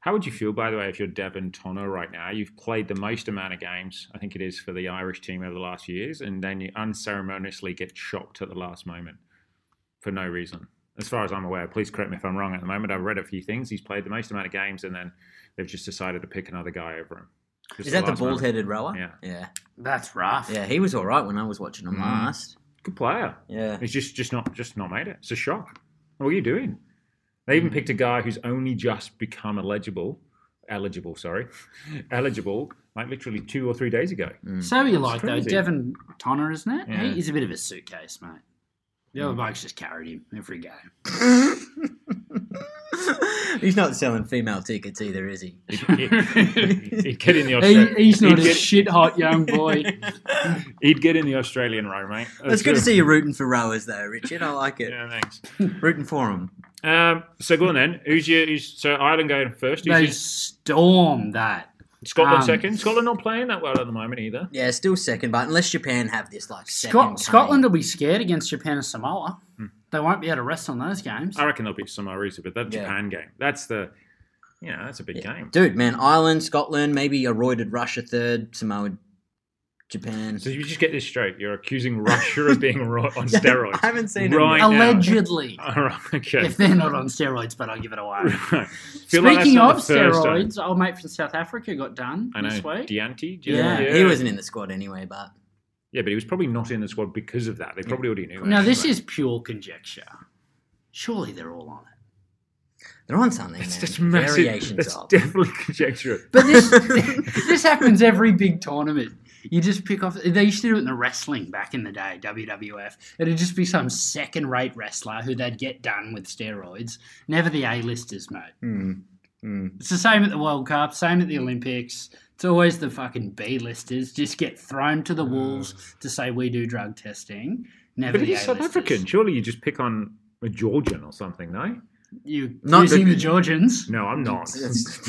Speaker 1: How would you feel, by the way, if you're Devon Tonner right now? You've played the most amount of games, I think it is, for the Irish team over the last years, and then you unceremoniously get shocked at the last moment for no reason. As far as I'm aware, please correct me if I'm wrong at the moment. I've read a few things. He's played the most amount of games, and then they've just decided to pick another guy over him. Just
Speaker 2: Is that the
Speaker 1: last
Speaker 2: bald
Speaker 1: moment.
Speaker 2: headed rower?
Speaker 1: Yeah.
Speaker 2: Yeah.
Speaker 3: That's rough.
Speaker 2: Yeah, he was all right when I was watching him
Speaker 1: Mm.
Speaker 2: last.
Speaker 1: good player.
Speaker 2: Yeah.
Speaker 1: He's just just not just not made it. It's a shock. What are you doing? They
Speaker 2: Hmm.
Speaker 1: even picked a guy who's only just become eligible, eligible, sorry, eligible, like literally two or three days ago.
Speaker 3: So you like
Speaker 1: crazy.
Speaker 3: though, Devin Tonner, isn't it?
Speaker 1: Yeah.
Speaker 3: He's a bit of a suitcase, mate. The other blokes just carried him every game.
Speaker 2: He's not selling female tickets either, is he?
Speaker 1: He'd, he'd- he'd get in the
Speaker 3: He,
Speaker 1: Austra-
Speaker 3: he's not
Speaker 1: he'd,
Speaker 3: a
Speaker 1: get,
Speaker 3: shit hot young boy.
Speaker 1: he'd get in the Australian row, mate.
Speaker 2: It's good to
Speaker 1: true.
Speaker 2: see you rooting for rowers, though, Richard. I like it.
Speaker 1: Yeah, thanks.
Speaker 2: Rooting for them.
Speaker 1: Um, so go on then. Who's your? Who's, so Ireland going first. Who's
Speaker 3: they
Speaker 1: your-
Speaker 3: stormed that.
Speaker 1: Scotland
Speaker 3: um,
Speaker 1: second. Scotland not playing that well at the moment either.
Speaker 2: Yeah, still second, but unless Japan have this like second
Speaker 3: Scot-
Speaker 2: coming.
Speaker 3: Scotland will be scared against Japan and Samoa. They won't be able to rest on those games.
Speaker 1: I reckon they'll beat Samoa Arisa, but that
Speaker 2: Yeah.
Speaker 1: Japan game. That's the. You know, that's a big game.
Speaker 2: dude, man, Ireland, Scotland, maybe a roided Russia third, Samoa, Japan.
Speaker 1: So you just get this straight. You're accusing Russia of being ro- on steroids.
Speaker 2: I haven't seen
Speaker 1: Right.
Speaker 2: them.
Speaker 1: now.
Speaker 3: Allegedly,
Speaker 1: All right, okay.
Speaker 3: if they're not on steroids, but I'll give it away.
Speaker 1: Right. Feel like that's
Speaker 3: Speaking
Speaker 1: not
Speaker 3: of
Speaker 1: the first time.
Speaker 3: steroids, our mate from South Africa got done
Speaker 1: I know.
Speaker 3: this week.
Speaker 1: Deanti? do you-
Speaker 2: Yeah.
Speaker 1: yeah.
Speaker 2: he wasn't in the squad anyway, but
Speaker 1: Yeah, but he was probably not in the squad because of that. They probably already knew.
Speaker 3: Now
Speaker 1: it,
Speaker 3: this
Speaker 1: but-
Speaker 3: is pure conjecture. Surely they're all on it.
Speaker 2: they're on something.
Speaker 1: It's
Speaker 2: man.
Speaker 1: just massive.
Speaker 2: Variations
Speaker 1: That's
Speaker 2: of.
Speaker 1: definitely conjecture.
Speaker 3: But this this happens every big tournament. You just pick off. They used to do it in the wrestling back in the day, WWF. It'd just be some second rate wrestler who they'd get done with steroids. Never the A listers, mate.
Speaker 2: Hmm. Hmm.
Speaker 3: It's the same at the World Cup, same at the Olympics. It's always the fucking B listers just get thrown to the
Speaker 2: Hmm.
Speaker 3: wolves to say we do drug testing. Never
Speaker 1: But
Speaker 3: the
Speaker 1: he's South
Speaker 3: A-listers.
Speaker 1: African. Surely you just pick on a Georgian or something, no?
Speaker 3: You
Speaker 2: Not
Speaker 3: using
Speaker 2: the-
Speaker 3: the Georgians?
Speaker 1: No, I'm not.
Speaker 2: It's-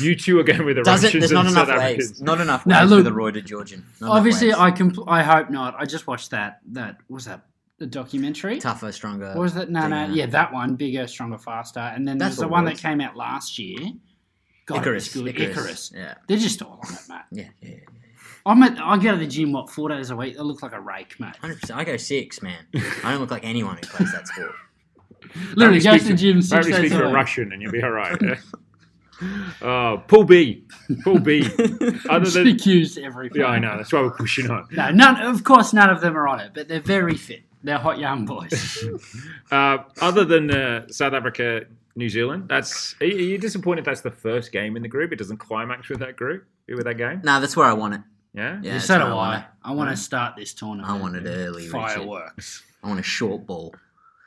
Speaker 1: you two are going with the
Speaker 2: Doesn't
Speaker 1: Russians
Speaker 2: there's not
Speaker 1: and
Speaker 2: enough
Speaker 1: South
Speaker 2: waves?
Speaker 1: Africans.
Speaker 2: Not enough
Speaker 3: No,
Speaker 2: waves
Speaker 3: look-
Speaker 2: for the roided Georgian. Not enough
Speaker 3: Obviously,
Speaker 2: waves.
Speaker 3: I compl- I hope not. I just watched that. That was that the documentary.
Speaker 2: tougher, stronger.
Speaker 3: What was that? No, no,
Speaker 2: Dinger.
Speaker 3: yeah, that one, bigger, stronger, faster, and then
Speaker 2: That's
Speaker 3: there's the
Speaker 2: all
Speaker 3: one
Speaker 2: it
Speaker 3: that
Speaker 2: is.
Speaker 3: came out last year. God, it was
Speaker 2: Icarus.
Speaker 3: good.
Speaker 2: Icarus.
Speaker 3: Icarus.
Speaker 2: Yeah.
Speaker 3: They're just all on it, mate.
Speaker 2: Yeah. Yeah. yeah.
Speaker 3: I'm at, I go to the gym what four days a week. I look like a rake, mate.
Speaker 2: 100%. I go six, man. I don't look like anyone who plays that sport.
Speaker 3: Literally, go
Speaker 1: Apparently
Speaker 3: to the gym six
Speaker 1: Apparently
Speaker 3: days
Speaker 1: speak
Speaker 3: a
Speaker 1: to a
Speaker 3: week.
Speaker 1: Russian and you'll be all right. yeah? Oh, Paul B. Paul B. Other
Speaker 3: Just
Speaker 1: than
Speaker 3: accused every.
Speaker 1: yeah, I know. That's why we're pushing on.
Speaker 3: No, none. Of course, none of them are on it, but they're very fit. They're hot young boys.
Speaker 1: Uh, other than uh, South Africa, New Zealand, that's are you, are you disappointed? That's the first game in the group. It doesn't climax with that group with that game.
Speaker 2: Nah, that's where I want it.
Speaker 1: Yeah,
Speaker 2: Yeah, that's
Speaker 3: so do
Speaker 2: where want
Speaker 3: I.
Speaker 2: it.
Speaker 3: I want to start this tournament.
Speaker 2: I want it early, Richard.
Speaker 3: Fireworks.
Speaker 2: I want a short ball.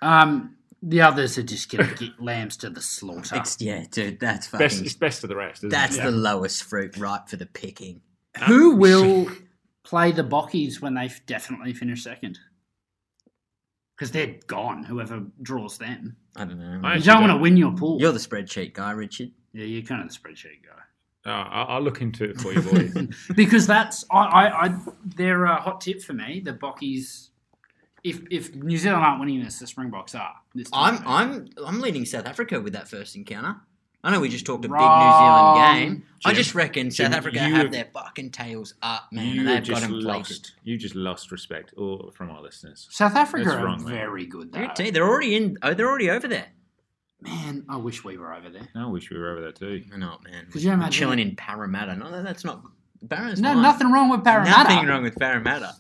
Speaker 3: Um, the others are just going to get lambs to the slaughter.
Speaker 2: It's, yeah, dude, that's
Speaker 1: Ah.
Speaker 2: fucking.
Speaker 1: best. It's best of the rest. Isn't
Speaker 2: that's
Speaker 1: it?
Speaker 2: the lowest fruit ripe for the picking.
Speaker 3: Who
Speaker 1: Um,
Speaker 3: will play the Bockies when they f- definitely finish second? Because they're gone. Whoever draws them,
Speaker 2: I don't know.
Speaker 1: I-
Speaker 3: you
Speaker 1: actually
Speaker 3: don't want to
Speaker 1: don't.
Speaker 3: win your pool.
Speaker 2: You're the spreadsheet guy, Richard.
Speaker 3: yeah, you're kind of the spreadsheet guy.
Speaker 1: Oh, I'll, I'll look into it for you, boys.
Speaker 3: Because that's I, I, I they're a hot tip for me. The Bockies. If if New Zealand aren't winning this, the Springboks are. This
Speaker 2: I'm,
Speaker 3: tournament.
Speaker 2: I'm, I'm leading South Africa with that first encounter. I know we just talked a big
Speaker 3: Wrong.
Speaker 2: New Zealand game. I
Speaker 1: Jim,
Speaker 2: just reckon South
Speaker 1: Jim,
Speaker 2: Africa
Speaker 1: you
Speaker 2: have
Speaker 1: have-
Speaker 2: their fucking tails up, man,
Speaker 1: you
Speaker 2: and
Speaker 1: have
Speaker 2: they've got
Speaker 1: just
Speaker 2: them
Speaker 1: lost.
Speaker 2: plated.
Speaker 1: You just lost respect, all from our listeners.
Speaker 3: South Africa
Speaker 1: That's
Speaker 3: are
Speaker 1: wrong, mate.
Speaker 3: very good though.
Speaker 2: Dude, see, they're already in. Oh, they're already over there.
Speaker 3: Man, I wish we were over there.
Speaker 1: I wish we were over there too.
Speaker 2: I know, it, man.
Speaker 3: Could you
Speaker 2: We're
Speaker 3: imagine-
Speaker 2: chilling in Parramatta? No, that- that's not. Barron's
Speaker 3: No,
Speaker 2: fine.
Speaker 3: nothing wrong with Parramatta.
Speaker 2: Nothing wrong with Parramatta.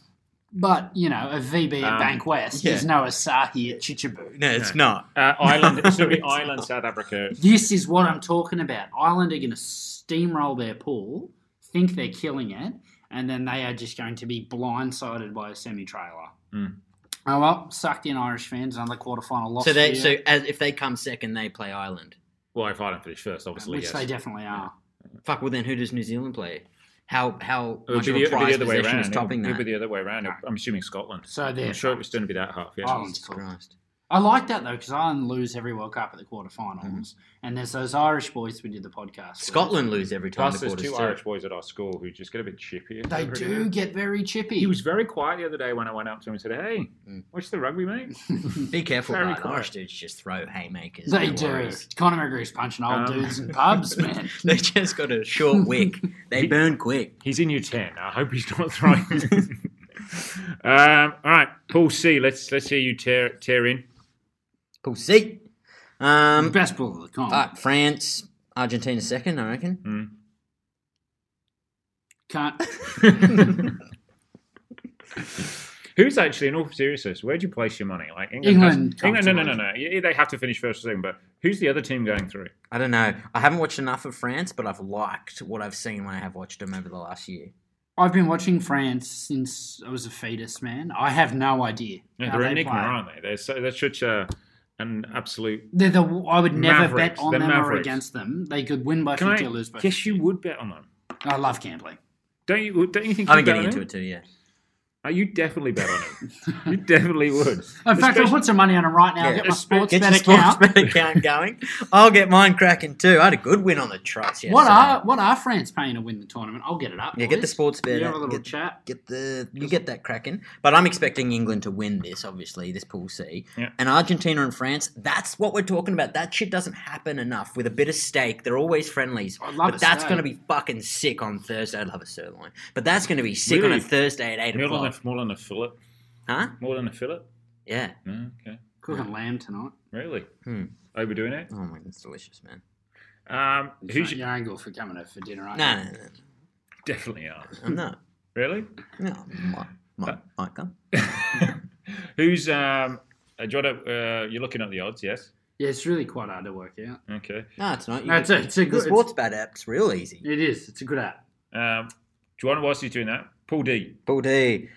Speaker 3: But you know, a VB at
Speaker 1: Um,
Speaker 3: Bank West
Speaker 2: yeah.
Speaker 3: is no Asahi at Chichibu.
Speaker 2: No, it's not.
Speaker 1: Uh, Ireland. It's going to be Ireland, South Africa.
Speaker 3: This is what I'm talking about. Ireland are going to steamroll their pool, think they're killing it, and then they are just going to be blindsided by a semi-trailer.
Speaker 1: Mm.
Speaker 3: Oh well, sucked in Irish fans another quarterfinal loss.
Speaker 2: So they,
Speaker 3: for you,
Speaker 2: so as, if they come second, they play Ireland.
Speaker 1: Well, if Ireland finish first, obviously,
Speaker 3: which
Speaker 1: yes.
Speaker 3: they definitely are.
Speaker 2: Fuck. Well, then who does New Zealand play? How how
Speaker 1: It would
Speaker 2: much
Speaker 1: be
Speaker 2: of
Speaker 1: the, it'd be
Speaker 2: a
Speaker 1: the
Speaker 2: prize
Speaker 1: other way
Speaker 2: possession
Speaker 1: around.
Speaker 2: is topping
Speaker 1: It would
Speaker 2: that?
Speaker 1: be the other way around. I'm assuming Scotland.
Speaker 3: So they're.
Speaker 1: I'm sure it's going to be that half. Yeah.
Speaker 2: Oh,
Speaker 3: Ireland's cool.
Speaker 2: Christ.
Speaker 3: I like that though because Ireland lose every World Cup at the quarterfinals,
Speaker 1: Mm-hmm.
Speaker 3: and there's those Irish boys we did the podcast. with.
Speaker 2: Scotland lose every time.
Speaker 1: Plus,
Speaker 2: the
Speaker 1: there's
Speaker 2: quarters
Speaker 1: two
Speaker 2: too.
Speaker 1: Irish boys at our school who just get a bit chippy.
Speaker 3: They
Speaker 1: over it.
Speaker 3: do get very chippy.
Speaker 1: He was very quiet the other day when I went up to him and said, "Hey,
Speaker 2: Mm.
Speaker 1: watch the rugby, mate."
Speaker 2: Be careful,
Speaker 1: Very
Speaker 2: right?
Speaker 1: quiet.
Speaker 2: Irish dudes just throw haymakers.
Speaker 3: They
Speaker 2: no
Speaker 3: do.
Speaker 2: worries.
Speaker 3: Conor McGregor's punching old
Speaker 1: Um,
Speaker 3: dudes in pubs, man.
Speaker 2: They just got a short wick. They burn quick.
Speaker 1: He's in year ten. I hope he's not throwing. um, all right, Paul C. Let's let's hear you tear tear in.
Speaker 2: Cool. See. Um,
Speaker 3: Best ball of the comp.
Speaker 1: Uh,
Speaker 2: fuck, France, Argentina second, I reckon.
Speaker 3: Can't.
Speaker 1: Who's actually, in all seriousness, where'd you place your money? Like England,
Speaker 3: England
Speaker 1: has- England no, no, no, no. Yeah, They have to finish first or second, but who's the other team going through?
Speaker 2: I don't know. I haven't watched enough of France, but I've liked what I've seen when I have watched them over the last year.
Speaker 3: I've been watching France since I was a fetus, man. I have no idea.
Speaker 1: Yeah,
Speaker 3: how
Speaker 1: they're
Speaker 3: they
Speaker 1: enigma,
Speaker 3: play.
Speaker 1: aren't they? They're so they're such a, an absolute.
Speaker 3: They're the, I would never
Speaker 1: Mavericks.
Speaker 3: bet on
Speaker 1: They're
Speaker 3: them or
Speaker 1: Mavericks.
Speaker 3: against them. They could win by
Speaker 1: Can
Speaker 3: 50
Speaker 1: I-
Speaker 3: or lose by 50.
Speaker 1: Yes, you would bet on them.
Speaker 3: I love gambling.
Speaker 1: Don't you? Don't you think?
Speaker 2: I've
Speaker 1: you
Speaker 2: been
Speaker 1: bet on
Speaker 2: getting into
Speaker 1: him?
Speaker 2: it too, yeah.
Speaker 1: Oh, you definitely bet on him. you definitely would.
Speaker 3: In fact, I'll
Speaker 1: Especially-
Speaker 3: put some money on them right now.
Speaker 2: Yeah.
Speaker 3: Get my sports
Speaker 2: Get
Speaker 3: bet
Speaker 2: your sports
Speaker 3: account.
Speaker 2: bet account going. I'll get mine cracking too. I had a good win on the trucks yesterday.
Speaker 3: What are what are France paying to win the tournament? I'll get it up.
Speaker 2: Yeah, get the
Speaker 3: boys.
Speaker 2: sports bet.
Speaker 3: You have a little
Speaker 2: Get,
Speaker 3: chat.
Speaker 2: get the you get that cracking. But I'm expecting England to win this, obviously, this pool C.
Speaker 1: Yeah.
Speaker 2: And Argentina and France, that's what we're talking about. That shit doesn't happen enough. With a bit of steak, they're always friendlies.
Speaker 3: I'd love
Speaker 2: but
Speaker 3: a
Speaker 2: that's
Speaker 3: steak.
Speaker 2: gonna be fucking sick on Thursday. I'd love a sirloin. But that's gonna be sick on
Speaker 1: Really?
Speaker 2: a Thursday at eight
Speaker 1: More than,
Speaker 2: o'clock.
Speaker 1: a, more than a fillet.
Speaker 2: Huh?
Speaker 1: More than a fillet.
Speaker 2: Yeah.
Speaker 1: Mm, okay.
Speaker 3: Cooking lamb tonight.
Speaker 1: Really?
Speaker 2: Hmm.
Speaker 1: Overdoing it.
Speaker 2: Oh my that's delicious, man.
Speaker 1: Um, who's
Speaker 3: Who's your angle for coming over for dinner? Aren't
Speaker 2: No,
Speaker 3: you?
Speaker 2: no, no, no.
Speaker 1: definitely are.
Speaker 2: I'm not.
Speaker 1: Really?
Speaker 2: No, might, might, might come.
Speaker 1: who's um? uh, Do you want to, uh, you're looking at the odds, yes?
Speaker 3: Yeah, it's really quite hard to work out.
Speaker 1: Okay.
Speaker 2: No, it's not. You
Speaker 3: No, it's a, it's a
Speaker 2: the
Speaker 3: good.
Speaker 2: sports bet app's real easy.
Speaker 3: It's, it is. It's a good app.
Speaker 1: Um, do you want to whilst he's doing that? Paul D.
Speaker 2: Paul D.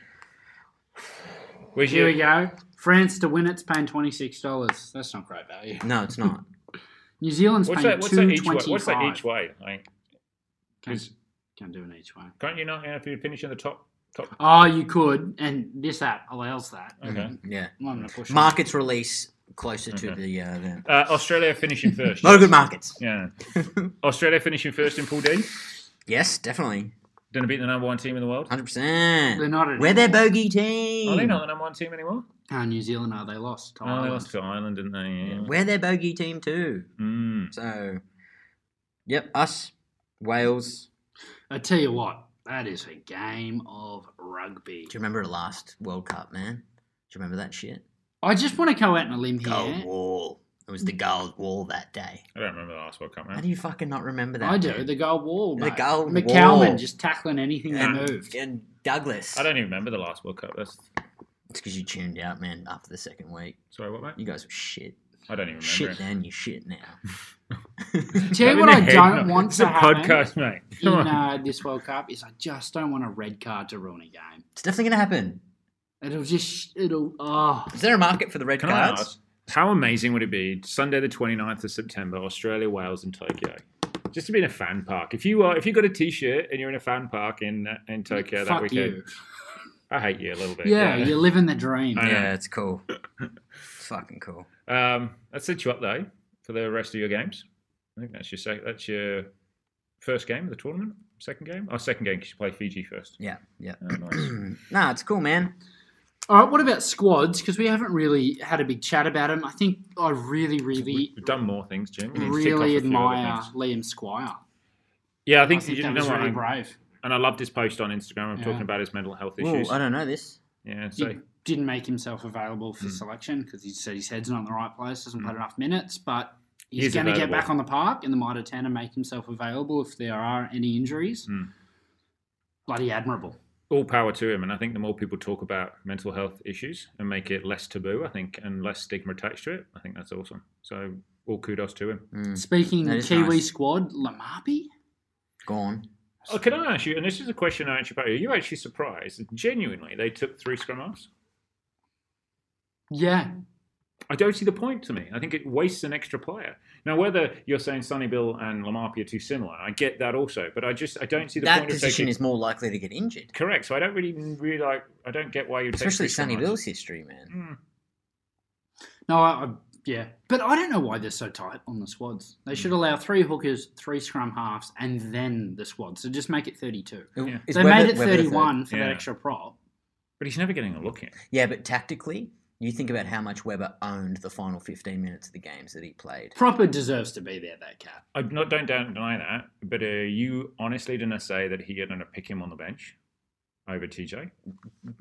Speaker 1: Where's
Speaker 3: Here
Speaker 1: your
Speaker 3: we go. France to win it's paying twenty six dollars. That's not great value.
Speaker 2: No, it's not.
Speaker 3: New Zealand's
Speaker 1: What's
Speaker 3: paying
Speaker 1: that? What's that
Speaker 3: two
Speaker 1: each way?
Speaker 3: twenty
Speaker 1: What's that
Speaker 3: five.
Speaker 1: each way? Like,
Speaker 3: Can't,
Speaker 1: 'Cause-
Speaker 3: can't do an each way.
Speaker 1: can't you not? If you finish in the top, top.
Speaker 3: Oh, you could, and this app allows that.
Speaker 1: Okay.
Speaker 2: yeah.
Speaker 3: I'm not gonna push it.
Speaker 2: Markets release closer to
Speaker 1: Okay.
Speaker 2: the. Uh, the
Speaker 1: Uh, Australia finishing first.
Speaker 2: not a good markets.
Speaker 1: Yeah. Australia finishing first in Pool D.
Speaker 2: Yes, definitely.
Speaker 1: Gonna beat the number one team in the world.
Speaker 2: 100%.
Speaker 3: They're not an
Speaker 2: We're their bogey team.
Speaker 1: Are they not the number one team anymore?
Speaker 3: Oh, New Zealand are they lost? to
Speaker 1: Oh, they
Speaker 3: Ireland.
Speaker 1: lost to Ireland, didn't they? Yeah.
Speaker 2: We're their bogey team too.
Speaker 1: Mm.
Speaker 2: So, yep, us, Wales.
Speaker 3: I tell you what, that is a game of rugby.
Speaker 2: Do you remember the last World Cup, man? Do you remember that shit?
Speaker 3: I just want to go out on a limb here.
Speaker 2: Gold wall. It was the gold wall that day.
Speaker 1: I don't remember the last World Cup,
Speaker 2: How
Speaker 1: man.
Speaker 2: do you fucking not remember that?
Speaker 3: I do.
Speaker 2: man?
Speaker 3: The goal wall,
Speaker 2: The
Speaker 3: mate.
Speaker 2: goal
Speaker 3: McCalman
Speaker 2: wall.
Speaker 3: just tackling anything
Speaker 2: And-
Speaker 3: they moved.
Speaker 2: And Douglas.
Speaker 1: I don't even remember the last World Cup. That's
Speaker 2: It's because you tuned out, man, after the second week.
Speaker 1: sorry, what mate?
Speaker 2: You guys were shit.
Speaker 1: I don't even remember.
Speaker 2: Shit
Speaker 1: it.
Speaker 2: then, you shit now.
Speaker 3: Tell
Speaker 1: Not
Speaker 3: you
Speaker 1: in
Speaker 3: what
Speaker 1: the
Speaker 3: I
Speaker 1: head,
Speaker 3: don't
Speaker 1: no.
Speaker 3: want
Speaker 1: It's
Speaker 3: to
Speaker 1: a
Speaker 3: happen
Speaker 1: podcast, mate.
Speaker 3: in
Speaker 1: Come on.
Speaker 3: uh, this World Cup is I just don't want a red card to ruin a game.
Speaker 2: It's definitely going to happen.
Speaker 3: It'll just it'll oh
Speaker 2: Is there a market for the red
Speaker 1: Can I
Speaker 2: cards?
Speaker 1: ask, how amazing would it be Sunday the 29th of September, Australia, Wales, and Tokyo? Just to be in a fan park. If you are, if you got a T-shirt and you're in a fan park in uh, in Tokyo that
Speaker 3: fuck
Speaker 1: weekend,
Speaker 3: you.
Speaker 1: I hate you a little bit.
Speaker 3: Yeah, you're living the dream.
Speaker 1: I
Speaker 2: yeah,
Speaker 1: know.
Speaker 2: it's cool. it's fucking cool.
Speaker 1: Um, that sets you up though for the rest of your games. I think that's your sec- that's your first game of the tournament. Second game, oh, second game because you play Fiji first.
Speaker 2: Yeah, yeah.
Speaker 1: Oh, nice.
Speaker 2: nah, it's cool, man.
Speaker 3: All right, what about squads? Because we haven't really had a big chat about them. I think I really, really,
Speaker 1: We've done more things, Jim. We need to tick off
Speaker 3: really
Speaker 1: a few other
Speaker 3: admire
Speaker 1: things.
Speaker 3: Liam Squire.
Speaker 1: Yeah, I
Speaker 3: I
Speaker 1: think,
Speaker 3: think
Speaker 1: you
Speaker 3: that
Speaker 1: know
Speaker 3: was
Speaker 1: what,
Speaker 3: really
Speaker 1: I-
Speaker 3: brave.
Speaker 1: and I loved his post on Instagram. I'm
Speaker 3: Yeah.
Speaker 1: talking about his mental health
Speaker 2: Whoa,
Speaker 1: issues.
Speaker 2: I don't know this.
Speaker 1: yeah, so
Speaker 3: He didn't make himself available for
Speaker 1: Mm.
Speaker 3: selection because he said his head's not in the right place, doesn't play enough minutes, but he's,
Speaker 1: Hmm. He's
Speaker 3: going to get
Speaker 1: available.
Speaker 3: back on the park in the Mitre 10 and make himself available if there are any injuries.
Speaker 1: Mm.
Speaker 3: Bloody admirable.
Speaker 1: all power to him. And I think the more people talk about mental health issues and make it less taboo, I think, and less stigma attached to it, I think that's awesome. So all kudos to him.
Speaker 2: Mm,
Speaker 3: Speaking
Speaker 2: That
Speaker 3: Kiwi
Speaker 2: is nice.
Speaker 3: squad, Lamapi?
Speaker 2: gone.
Speaker 1: Oh, can I ask you? And this is a question I actually put. Are you actually surprised? Genuinely, they took three scrum halves.
Speaker 3: Yeah.
Speaker 1: I don't see the point to me. I think it wastes an extra player. Now, whether you're saying Sonny Bill and Lamapi are too similar, I get that also, but I just I don't see the
Speaker 2: That
Speaker 1: point of
Speaker 2: position
Speaker 1: taking.
Speaker 2: is more likely to get injured,
Speaker 1: Correct. So I don't really, really like. I don't get why you would take
Speaker 2: especially
Speaker 1: three
Speaker 2: Sunny
Speaker 1: scrum
Speaker 2: Bill's
Speaker 1: halves.
Speaker 2: history, man.
Speaker 1: Mm.
Speaker 3: No, I, I, yeah. But I don't know why they're so tight on the squads. They should allow three hookers, three scrum halves, and then the squad. So just make it 32.
Speaker 1: Yeah.
Speaker 2: Is
Speaker 3: they
Speaker 2: Webber-
Speaker 3: made it
Speaker 2: Webber the third?
Speaker 3: 31 for
Speaker 1: Yeah.
Speaker 3: that extra prop.
Speaker 1: But he's never getting a look in.
Speaker 2: Yeah, but tactically, you think about how much Weber owned the final 15 minutes of the games that he played.
Speaker 3: Proper deserves to be there, that cat.
Speaker 1: I not, don't don't deny that, but are you honestly going to say that he going to pick him on the bench over TJ?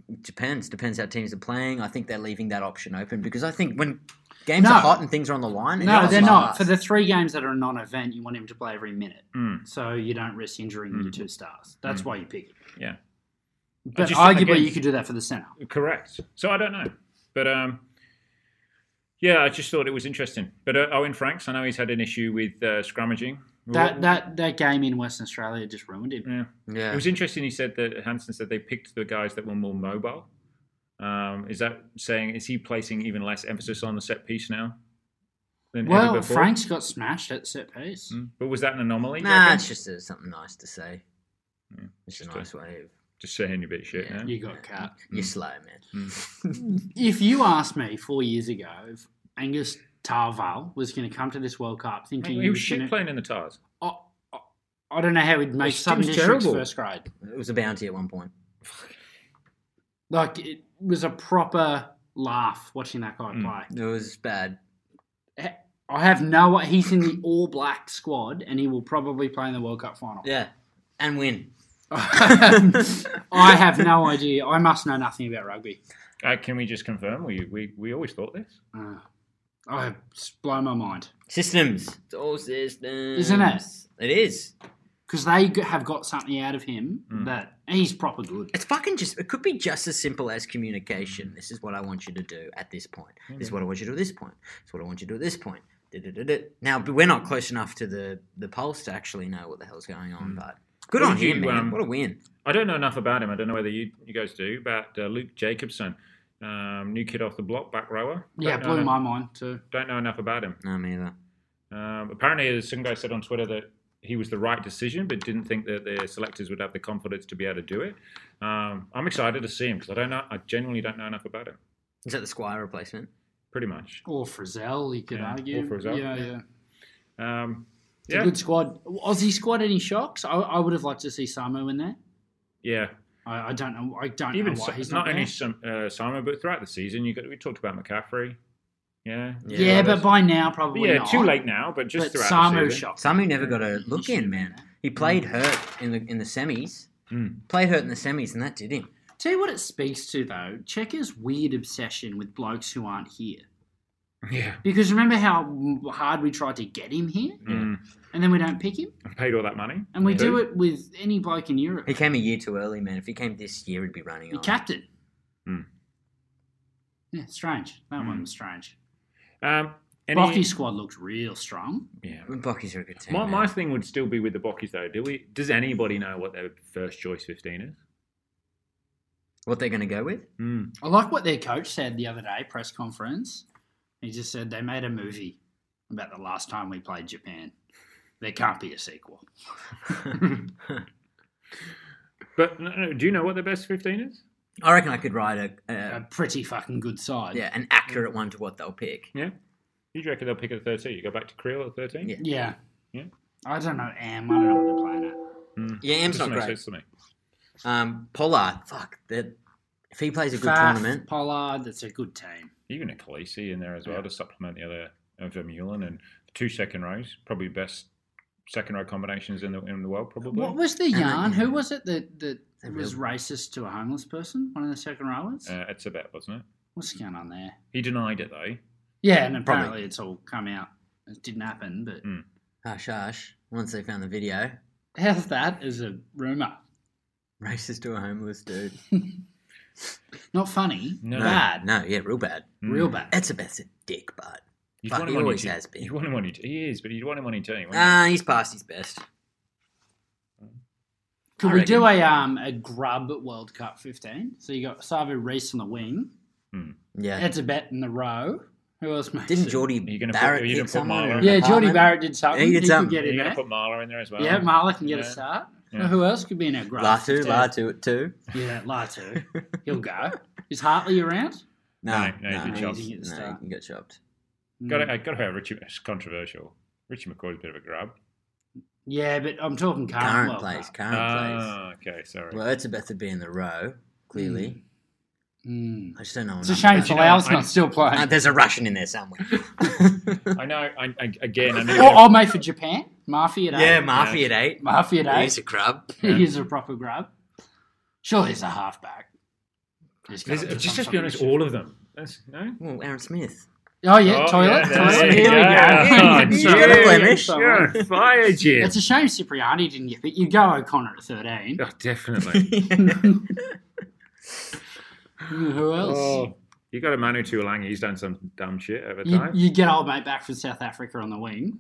Speaker 2: It depends. Depends how teams are playing. I think they're leaving that option open because I think when games
Speaker 3: No.
Speaker 2: are hot and things are on the line, it
Speaker 3: No,
Speaker 2: doesn't
Speaker 3: they're
Speaker 2: last.
Speaker 3: not. For the three games that are a non-event, you want him to play every minute,
Speaker 1: Mm.
Speaker 3: so you don't risk injuring your
Speaker 1: Mhm.
Speaker 3: two stars. That's
Speaker 1: Mhm.
Speaker 3: why you pick him.
Speaker 1: Yeah.
Speaker 3: But
Speaker 1: just-
Speaker 3: arguably,
Speaker 1: again-
Speaker 3: you could do that for the center.
Speaker 1: Correct. So I don't know, but um, yeah, I just thought it was interesting. But uh, Owen Franks, I know he's had an issue with uh, scrummaging.
Speaker 3: That that that game in Western Australia just ruined him.
Speaker 1: yeah. It
Speaker 2: Yeah.
Speaker 1: was interesting. He said that Hansen said they picked the guys that were more mobile. Um, is that saying is he placing even less emphasis on the set piece now? Than ever
Speaker 3: Well,
Speaker 1: before?
Speaker 3: Frank's got smashed at set piece.
Speaker 1: Mm. But was that an anomaly? you
Speaker 2: Nah,
Speaker 1: reckon?
Speaker 2: it's just uh, something nice to say.
Speaker 1: Yeah,
Speaker 2: It's
Speaker 1: just
Speaker 2: a
Speaker 1: a-
Speaker 2: nice way of.
Speaker 1: just saying you bit shit.
Speaker 2: Yeah.
Speaker 1: Yeah.
Speaker 3: You got cut.
Speaker 2: You're
Speaker 1: Mm.
Speaker 2: slow, man.
Speaker 3: Mm. If you asked me four years ago if Angus Tarval was going to come to this World Cup
Speaker 1: Mate,
Speaker 3: thinking
Speaker 1: he was
Speaker 3: was
Speaker 1: shit
Speaker 3: going to,
Speaker 1: playing in the tires.
Speaker 3: I, I- I don't know how he'd make
Speaker 1: His
Speaker 3: sub
Speaker 1: team's
Speaker 3: districts
Speaker 1: terrible.
Speaker 3: first grade.
Speaker 2: It was a bounty at one point.
Speaker 3: Like it was a proper laugh watching that guy
Speaker 1: Mm.
Speaker 3: play.
Speaker 2: It was bad.
Speaker 3: I have no. He's in the All Black squad, and he will probably play in the World Cup final.
Speaker 2: Yeah. And win.
Speaker 3: I have no idea. I must know nothing about rugby.
Speaker 1: Uh, can we just confirm? We, we we always thought this.
Speaker 3: Uh, I it's blown my mind
Speaker 2: systems. It's all systems.
Speaker 3: Isn't it?
Speaker 2: It is.
Speaker 3: because they g- have got something out of him
Speaker 1: Mm.
Speaker 3: that he's proper good.
Speaker 2: It's fucking just. It could be just as simple as communication. This is what I want you to do at this point. This
Speaker 1: Hmm.
Speaker 2: is what I want you to do at this point. This is what I want you to do at this point. Da-da-da-da. Now, but we're not close enough to the the pulse to actually know what the hell's going on.
Speaker 1: Mm.
Speaker 2: But good
Speaker 1: What
Speaker 2: on
Speaker 1: did you,
Speaker 2: him, man.
Speaker 1: um,
Speaker 2: what a win.
Speaker 1: I don't know enough about him. I don't know whether you, you guys do about uh, Luke Jacobson, um, new kid off the block, back rower.
Speaker 3: Yeah,
Speaker 1: Don't know
Speaker 3: blew
Speaker 1: enough-
Speaker 3: my mind too.
Speaker 1: Don't know enough about him.
Speaker 2: No, me either.
Speaker 1: Um, apparently, some guy said on Twitter that he was the right decision, but didn't think that the selectors would have the confidence to be able to do it. Um, I'm excited to see him because I don't know. I genuinely don't know enough about him.
Speaker 2: Is that the Squire replacement?
Speaker 1: Pretty much.
Speaker 3: Or Frizzell, you could
Speaker 1: Yeah, or
Speaker 3: argue.
Speaker 1: Frizzell.
Speaker 3: Yeah, yeah.
Speaker 1: Um,
Speaker 3: It's a
Speaker 1: yeah,
Speaker 3: good squad. Aussie squad. Any shocks? I, I would have liked to see Samu in there.
Speaker 1: yeah.
Speaker 3: I, I don't know. I don't
Speaker 1: Even
Speaker 3: know why
Speaker 1: so,
Speaker 3: he's
Speaker 1: not
Speaker 3: not,
Speaker 1: only
Speaker 3: there.
Speaker 1: some, uh, Simon, but throughout the season, you got we talked about McCaffrey. Yeah,
Speaker 2: Yeah,
Speaker 3: Yeah, but
Speaker 1: that's-
Speaker 3: by now probably
Speaker 1: yeah,
Speaker 3: not.
Speaker 1: too late now. But just
Speaker 3: But
Speaker 1: throughout
Speaker 3: Samu
Speaker 1: the season.
Speaker 3: shocked.
Speaker 2: Samu never got a
Speaker 3: He
Speaker 2: look
Speaker 3: should
Speaker 2: in,
Speaker 3: have been
Speaker 2: man.
Speaker 3: there.
Speaker 1: Hmm.
Speaker 2: He played hurt in the in the semis.
Speaker 1: Mm.
Speaker 2: Played hurt in the semis, and that did him.
Speaker 3: Tell you what it speaks to though, Checker's weird obsession with blokes who aren't here.
Speaker 1: Yeah.
Speaker 3: Because remember how m- hard we tried to get him here,
Speaker 1: Mm.
Speaker 3: and then we don't pick him,
Speaker 1: I paid all that money.
Speaker 3: and we
Speaker 1: Yeah.
Speaker 3: do it with any bloke in Europe.
Speaker 2: He came a year too early, man. If he came this year, he'd be running
Speaker 3: He
Speaker 2: on.
Speaker 3: captain.
Speaker 1: Hmm.
Speaker 3: Yeah, strange. That
Speaker 1: Hmm.
Speaker 3: one was strange.
Speaker 1: Um, any,
Speaker 3: Rocky's squad looks real strong.
Speaker 1: Yeah.
Speaker 2: Bucky's are a good team.
Speaker 1: My,
Speaker 2: man.
Speaker 1: my thing would still be with the Bockies though. Do we? Does anybody know what their first choice fifteen is?
Speaker 2: What they're going to go with?
Speaker 1: Mm.
Speaker 3: I like what their coach said the other day press conference. He just said they made a movie about the last time we played Japan. There can't be a sequel.
Speaker 1: But no, no, do you know what their best fifteen is?
Speaker 2: I reckon I could write a,
Speaker 3: A
Speaker 2: a
Speaker 3: pretty fucking good side.
Speaker 2: yeah an accurate one to what they'll pick.
Speaker 1: Yeah. You reckon they'll pick at thirteen? You go back to Creel at thirteen?
Speaker 2: Yeah.
Speaker 3: Yeah.
Speaker 1: Yeah.
Speaker 3: I don't know Am. I don't know what they're playing at.
Speaker 1: Mm.
Speaker 2: Yeah, M's not
Speaker 1: Doesn't make
Speaker 2: great.
Speaker 1: sense to me.
Speaker 2: Um, Pollard, fuck that. If he plays a good
Speaker 3: Faf,
Speaker 2: tournament,
Speaker 3: Pollard, that's a good team.
Speaker 1: Even a Khaleesi in there as well
Speaker 2: Yeah.
Speaker 1: to supplement the other and Vermeulen and two second rows, probably best second row combinations in the in the world probably.
Speaker 3: What was the
Speaker 2: And
Speaker 3: yarn?
Speaker 2: they-
Speaker 3: Who was it that, that
Speaker 2: They
Speaker 3: was racist to a homeless person? One of the second rowers?
Speaker 1: uh, it's a bet, wasn't it?
Speaker 3: What's going on there?
Speaker 1: He denied it though.
Speaker 3: Yeah, and
Speaker 2: Probably.
Speaker 3: apparently it's all come out. It didn't happen, but
Speaker 1: Mm.
Speaker 2: hush hush. ah, Once they found the video,
Speaker 3: how's that as a rumor?
Speaker 2: racist to a homeless dude.
Speaker 3: Not funny.
Speaker 1: No.
Speaker 3: Bad.
Speaker 2: No, yeah, real bad.
Speaker 1: Mm.
Speaker 3: Real bad.
Speaker 2: That's a best dick, but
Speaker 1: You'd
Speaker 2: Fuck,
Speaker 1: want
Speaker 2: he
Speaker 1: him on your
Speaker 2: always
Speaker 1: team.
Speaker 2: has been.
Speaker 1: You'd want him on your team. He is, but you'd want him on your team. wouldn't you?
Speaker 2: ah, he's past his best.
Speaker 3: Could
Speaker 2: I
Speaker 3: we do a um a grub World Cup 15? So you got Savo Reese on the wing.
Speaker 2: Yeah.
Speaker 3: That's a bet in the row. Who else makes
Speaker 2: Didn't
Speaker 3: it?
Speaker 2: Geordie
Speaker 1: you gonna put-
Speaker 2: Barrett
Speaker 1: are you
Speaker 2: pick
Speaker 1: gonna put
Speaker 2: someone?
Speaker 1: Marlowe
Speaker 2: or
Speaker 1: in
Speaker 3: Yeah, Geordie
Speaker 2: Parman?
Speaker 3: Barrett did something.
Speaker 2: Yeah, he did something.
Speaker 3: could get
Speaker 1: You're
Speaker 3: in
Speaker 1: gonna
Speaker 3: there.
Speaker 1: put Marla in there as well.
Speaker 3: yeah, Marla can get a
Speaker 1: Yeah.
Speaker 3: start.
Speaker 1: Yeah.
Speaker 3: Who else could be in our grub?
Speaker 2: Latu,
Speaker 3: 15?
Speaker 2: Latu at two.
Speaker 3: Yeah, Latu. He'll go. Is Hartley around?
Speaker 2: No,
Speaker 1: No, no, he
Speaker 3: gets
Speaker 2: no,
Speaker 3: chopped.
Speaker 2: he
Speaker 3: He
Speaker 2: no, he got chopped.
Speaker 1: Got
Speaker 3: Mm.
Speaker 1: to, I got to have Richie. It's controversial. Richie McCoy's a bit of a grab.
Speaker 3: Yeah, but I'm talking current,
Speaker 2: Current
Speaker 3: World
Speaker 2: plays,
Speaker 3: Cup.
Speaker 2: current plays.
Speaker 1: Ah, okay, sorry.
Speaker 2: Well, Erzabeth would be in the row, clearly.
Speaker 1: Hmm.
Speaker 3: Mm.
Speaker 2: I just don't know.
Speaker 3: It's a
Speaker 2: enough
Speaker 3: shame
Speaker 2: about-
Speaker 1: you know,
Speaker 3: Flowers
Speaker 1: I-
Speaker 3: not still playing.
Speaker 2: Uh, there's a Russian in there somewhere.
Speaker 1: I know. I, I again. I
Speaker 3: Or
Speaker 1: know.
Speaker 3: I'll make for Japan. Murphy at
Speaker 2: yeah,
Speaker 3: eight.
Speaker 2: Mafia at eight.
Speaker 3: Murphy at
Speaker 2: He's
Speaker 3: eight.
Speaker 2: a crab.
Speaker 1: Yeah.
Speaker 3: He's a proper grub. Sure, he's a halfback. He's got
Speaker 1: There's-
Speaker 3: to do
Speaker 1: just
Speaker 3: some
Speaker 1: just be honest.
Speaker 3: fucking
Speaker 1: All of them. That's, no.
Speaker 2: Well, Oh, Aaron Smith.
Speaker 3: shit. Oh yeah,
Speaker 1: Oh,
Speaker 3: toilet,
Speaker 1: yeah,
Speaker 3: toilet.
Speaker 1: there you
Speaker 3: Here we
Speaker 1: go. Oh,
Speaker 3: go. Sorry.
Speaker 2: You got a blemish.
Speaker 3: Sorry.
Speaker 1: You're fired, Jim.
Speaker 3: It's a shame Cipriani didn't get, but you go O'Connor at thirteen.
Speaker 1: Oh, definitely.
Speaker 3: Who else?
Speaker 1: Oh, You got a Manu Tuolangi. He's done some dumb shit over
Speaker 3: you,
Speaker 1: time.
Speaker 3: you get old mate back from South Africa on the wing.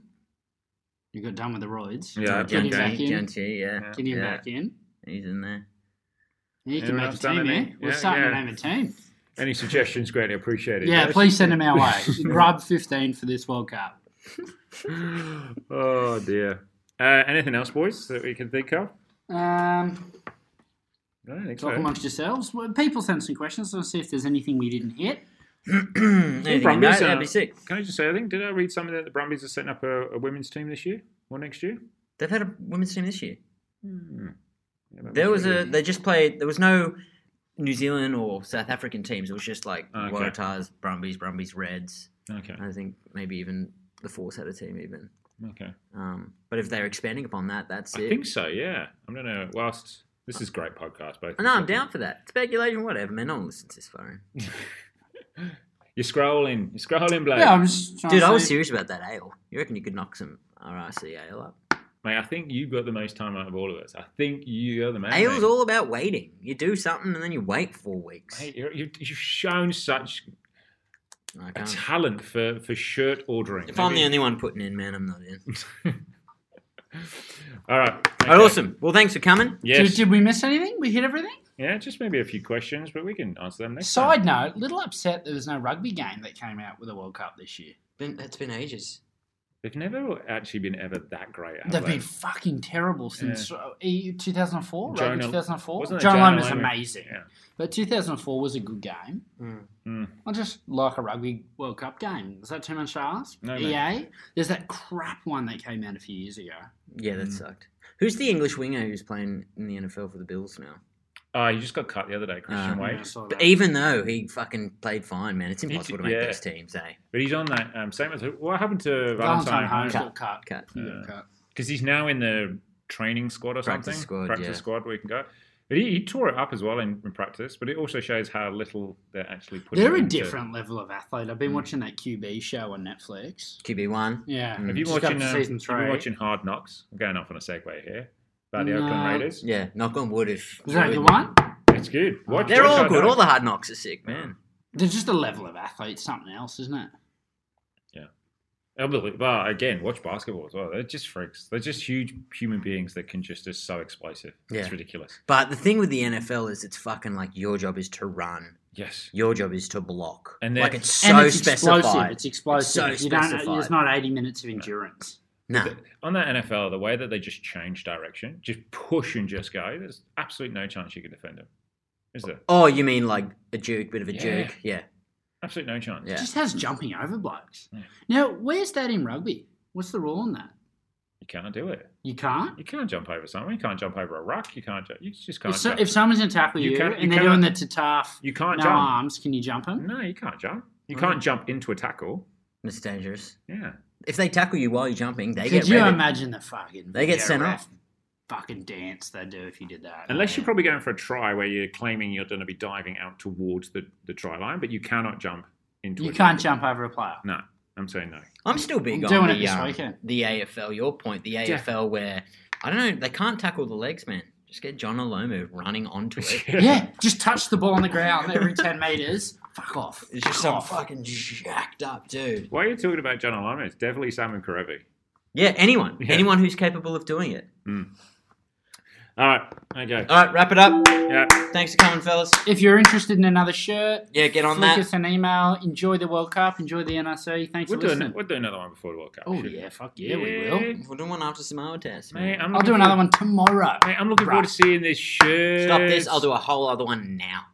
Speaker 3: You got done with the roids.
Speaker 1: yeah,
Speaker 3: Get him
Speaker 1: okay.
Speaker 3: back in.
Speaker 2: Gianchi, yeah.
Speaker 3: Get him
Speaker 2: yeah.
Speaker 3: back in.
Speaker 2: He's in there.
Speaker 3: You can
Speaker 1: Anyone
Speaker 3: make a
Speaker 1: else done
Speaker 3: team,
Speaker 1: any?
Speaker 3: man. We're
Speaker 1: Yeah,
Speaker 3: starting
Speaker 1: yeah.
Speaker 3: to name a team.
Speaker 1: Any suggestions, greatly appreciated.
Speaker 3: Yeah,
Speaker 1: guys.
Speaker 3: please send them our way. Grub 15 for this World Cup.
Speaker 1: oh dear. Uh, anything else, boys, that we can think of?
Speaker 3: Um,
Speaker 1: I don't think
Speaker 3: talk
Speaker 1: so.
Speaker 3: amongst yourselves. Well, people send some questions. Let's see if there's anything we didn't hit.
Speaker 2: Anything
Speaker 1: Brumbies,
Speaker 2: in that? That'd
Speaker 1: uh,
Speaker 2: be sick.
Speaker 1: Can I just say, I think, did I read something that the Brumbies are setting up a, a women's team this year or next year?
Speaker 2: They've had a women's team this year.
Speaker 3: Hmm.
Speaker 1: Yeah, that
Speaker 2: There was a.
Speaker 1: weird.
Speaker 2: They just played. There was no New Zealand or South African teams. It was just like
Speaker 1: Okay.
Speaker 2: Waratahs, Brumbies, Brumbies, Reds.
Speaker 1: Okay,
Speaker 2: I think maybe even the Force had a team even.
Speaker 1: okay.
Speaker 2: Um, but if they're expanding upon that, that's
Speaker 1: I
Speaker 2: it.
Speaker 1: think so, yeah. I'm going to, whilst this is great podcast, both. of
Speaker 2: no,
Speaker 1: us, I
Speaker 2: I'm
Speaker 1: think.
Speaker 2: down for that. Speculation, whatever, man. No one listens this far. in.
Speaker 1: You're scrolling. You're scrolling, Blake.
Speaker 3: Yeah, I'm just trying
Speaker 2: Dude,
Speaker 3: to
Speaker 2: I was
Speaker 3: see-
Speaker 2: serious about that ale. You reckon you could knock some RRC ale up?
Speaker 1: Mate, I think you got the most time out of all of us. I think you're the man.
Speaker 2: Ale's
Speaker 1: mate.
Speaker 2: all about waiting. You do something and then you wait four weeks.
Speaker 1: Mate, you're, you you've shown such
Speaker 2: I
Speaker 1: a
Speaker 2: can't.
Speaker 1: talent for, for shirt ordering.
Speaker 2: If I'm the
Speaker 1: Maybe-
Speaker 2: only one putting in, man, I'm not in.
Speaker 1: All right.
Speaker 2: All right,
Speaker 1: okay.
Speaker 2: awesome. Well, thanks for coming.
Speaker 1: Yes.
Speaker 3: Did, did we miss anything? We hit everything?
Speaker 1: Yeah, just maybe a few questions, but we can answer them next time.
Speaker 3: Side note, little upset there was no rugby game that came out with the World Cup this year.
Speaker 2: Been, that's been ages.
Speaker 1: They've never actually been ever that great. have
Speaker 3: They've
Speaker 1: they?
Speaker 3: been fucking terrible since uh, E- 2004,
Speaker 1: Jonah-
Speaker 3: rugby 2004.
Speaker 1: wasn't
Speaker 3: John
Speaker 1: it
Speaker 3: Lane
Speaker 1: Jonah
Speaker 3: was
Speaker 1: Lehman?
Speaker 3: amazing,
Speaker 1: Yeah.
Speaker 3: but 2004 was a good game.
Speaker 2: Mm.
Speaker 1: Mm.
Speaker 3: I just like a rugby World Cup game. Is that too much to ask?
Speaker 1: No,
Speaker 3: EA?
Speaker 1: mate.
Speaker 3: There's that crap one that came out a few years ago.
Speaker 2: Yeah, that
Speaker 1: Mm.
Speaker 2: sucked. Who's the English winger who's playing in the NFL for the Bills now?
Speaker 1: Oh, he just got cut the other day, Christian
Speaker 2: Ah.
Speaker 1: Wade.
Speaker 3: Yeah, I saw
Speaker 2: But
Speaker 1: E
Speaker 3: that.
Speaker 2: even though he fucking played fine, man, it's impossible to make
Speaker 1: yeah.
Speaker 2: those teams, eh?
Speaker 1: But he's on that um, same as what happened to
Speaker 3: Valentine
Speaker 1: Valentine
Speaker 3: Holmes
Speaker 1: Holmes?
Speaker 2: Cut.
Speaker 3: got cut.
Speaker 2: Cut.
Speaker 3: He got cut.
Speaker 1: Because he's now in the training squad or
Speaker 2: Practice
Speaker 1: something.
Speaker 2: squad,
Speaker 1: practice
Speaker 2: yeah.
Speaker 1: squad where you can go. But he, he tore it up as well in, in practice, but it also shows how little they're actually putting.
Speaker 3: They're a
Speaker 1: into-
Speaker 3: different level of athlete.
Speaker 2: Hmm.
Speaker 3: I've been watching that QB show on Netflix.
Speaker 2: QB one.
Speaker 3: Yeah.
Speaker 2: Mm.
Speaker 1: Have you,
Speaker 3: Just got
Speaker 1: watching,
Speaker 3: to
Speaker 1: um,
Speaker 3: season
Speaker 1: have you been
Speaker 3: three.
Speaker 1: watching Hard Knocks? I'm going off on a segue here. About the Oakland
Speaker 3: No.
Speaker 1: Raiders.
Speaker 2: Yeah, knock on wood if.
Speaker 3: Is that
Speaker 2: wood.
Speaker 3: the one?
Speaker 1: It's good. Watch,
Speaker 2: Ah, They're
Speaker 1: watch
Speaker 2: all
Speaker 1: Hard
Speaker 2: good. All
Speaker 1: Knocks.
Speaker 2: the hard knocks are sick, man.
Speaker 3: There's just a level of athlete, something else, isn't it?
Speaker 1: Unbelievable. Well, again, watch basketball as well. They're just freaks. They're just huge human beings that can just are so explosive.
Speaker 2: Yeah.
Speaker 1: It's ridiculous.
Speaker 2: But the thing with the NFL is it's fucking like your job is to run,
Speaker 1: Yes.
Speaker 2: your job is to block.
Speaker 1: And
Speaker 2: like
Speaker 1: they're-
Speaker 2: it's so
Speaker 3: and it's explosive.
Speaker 2: specified.
Speaker 3: It's explosive.
Speaker 2: It's so
Speaker 3: you don't,
Speaker 2: specified.
Speaker 3: It's not 80 minutes of endurance.
Speaker 2: Nah.
Speaker 1: On that NFL, the way that they just change direction, just push and just go, there's absolutely no chance you can defend them. Is there?
Speaker 2: Oh, you mean like a juke, bit of a
Speaker 1: Yeah.
Speaker 2: juke? Yeah.
Speaker 1: Absolutely no chance.
Speaker 2: Yeah.
Speaker 3: It just has jumping over blokes.
Speaker 1: Yeah.
Speaker 3: Now, where's that in rugby? What's the rule on that?
Speaker 1: You can't do it.
Speaker 3: You can't?
Speaker 1: You can't jump over someone. You can't jump over a rock. You can't. ju- You just can't.
Speaker 3: if, so,
Speaker 1: jump.
Speaker 3: if someone's going to tackle
Speaker 1: You
Speaker 3: you,
Speaker 1: can't- you
Speaker 3: and they're doing
Speaker 1: cannot-
Speaker 3: the tataf,
Speaker 1: you can't
Speaker 3: no
Speaker 1: jump.
Speaker 3: arms, can you jump them?
Speaker 1: No, you can't jump. You
Speaker 2: Mm.
Speaker 1: can't jump into a tackle.
Speaker 2: It's dangerous.
Speaker 1: Yeah.
Speaker 2: If they tackle you while you're jumping, they
Speaker 3: Could
Speaker 2: get
Speaker 3: you
Speaker 2: red.
Speaker 3: imagine the fucking
Speaker 2: They get
Speaker 3: video
Speaker 2: sent
Speaker 3: ref
Speaker 2: off.
Speaker 3: Fucking dance they'd do if you did that.
Speaker 1: Unless you're probably going for a try where you're claiming you're going to be diving out towards the, the try line, but you cannot jump into.
Speaker 3: you
Speaker 1: a
Speaker 3: can't
Speaker 1: tackle.
Speaker 3: jump over a player.
Speaker 1: No, I'm saying no.
Speaker 2: I'm still big
Speaker 3: I'm
Speaker 2: on
Speaker 3: doing
Speaker 2: the,
Speaker 3: it this
Speaker 2: um,
Speaker 3: weekend.
Speaker 2: the AFL. Your point, the AFL, where I don't know, they can't tackle the legs, man. Just get John Olomo running onto it.
Speaker 3: yeah, just touch the ball on the ground every 10 metres. Fuck off.
Speaker 2: It's just
Speaker 3: Fuck
Speaker 2: some fucking jacked up dude.
Speaker 1: Why are you talking about John Alamo? It's definitely Simon Karevi.
Speaker 2: Yeah, anyone,
Speaker 1: Yeah.
Speaker 2: anyone who's capable of doing it.
Speaker 1: All right. Okay.
Speaker 3: Oh.
Speaker 2: All right, wrap it up.
Speaker 1: Yeah.
Speaker 2: Thanks for coming, fellas.
Speaker 3: If you're interested in another shirt,
Speaker 2: Yeah, get on
Speaker 3: flick
Speaker 2: that.
Speaker 3: us an email. Enjoy the World Cup. Enjoy the NRC. Thanks
Speaker 1: We'll
Speaker 3: for
Speaker 1: do, an,
Speaker 3: listening.
Speaker 1: we'll do another one before the World Cup.
Speaker 3: Oh
Speaker 1: shouldn't
Speaker 3: yeah, fuck yeah, we will.
Speaker 2: We're doing one after Samoa test.
Speaker 1: Mate,
Speaker 2: Man.
Speaker 1: I'm
Speaker 3: I'll
Speaker 1: looking
Speaker 3: do another
Speaker 1: forward-
Speaker 3: one tomorrow.
Speaker 1: Mate, I'm looking forward to seeing this shirt.
Speaker 2: Stop this. I'll do a whole other one now.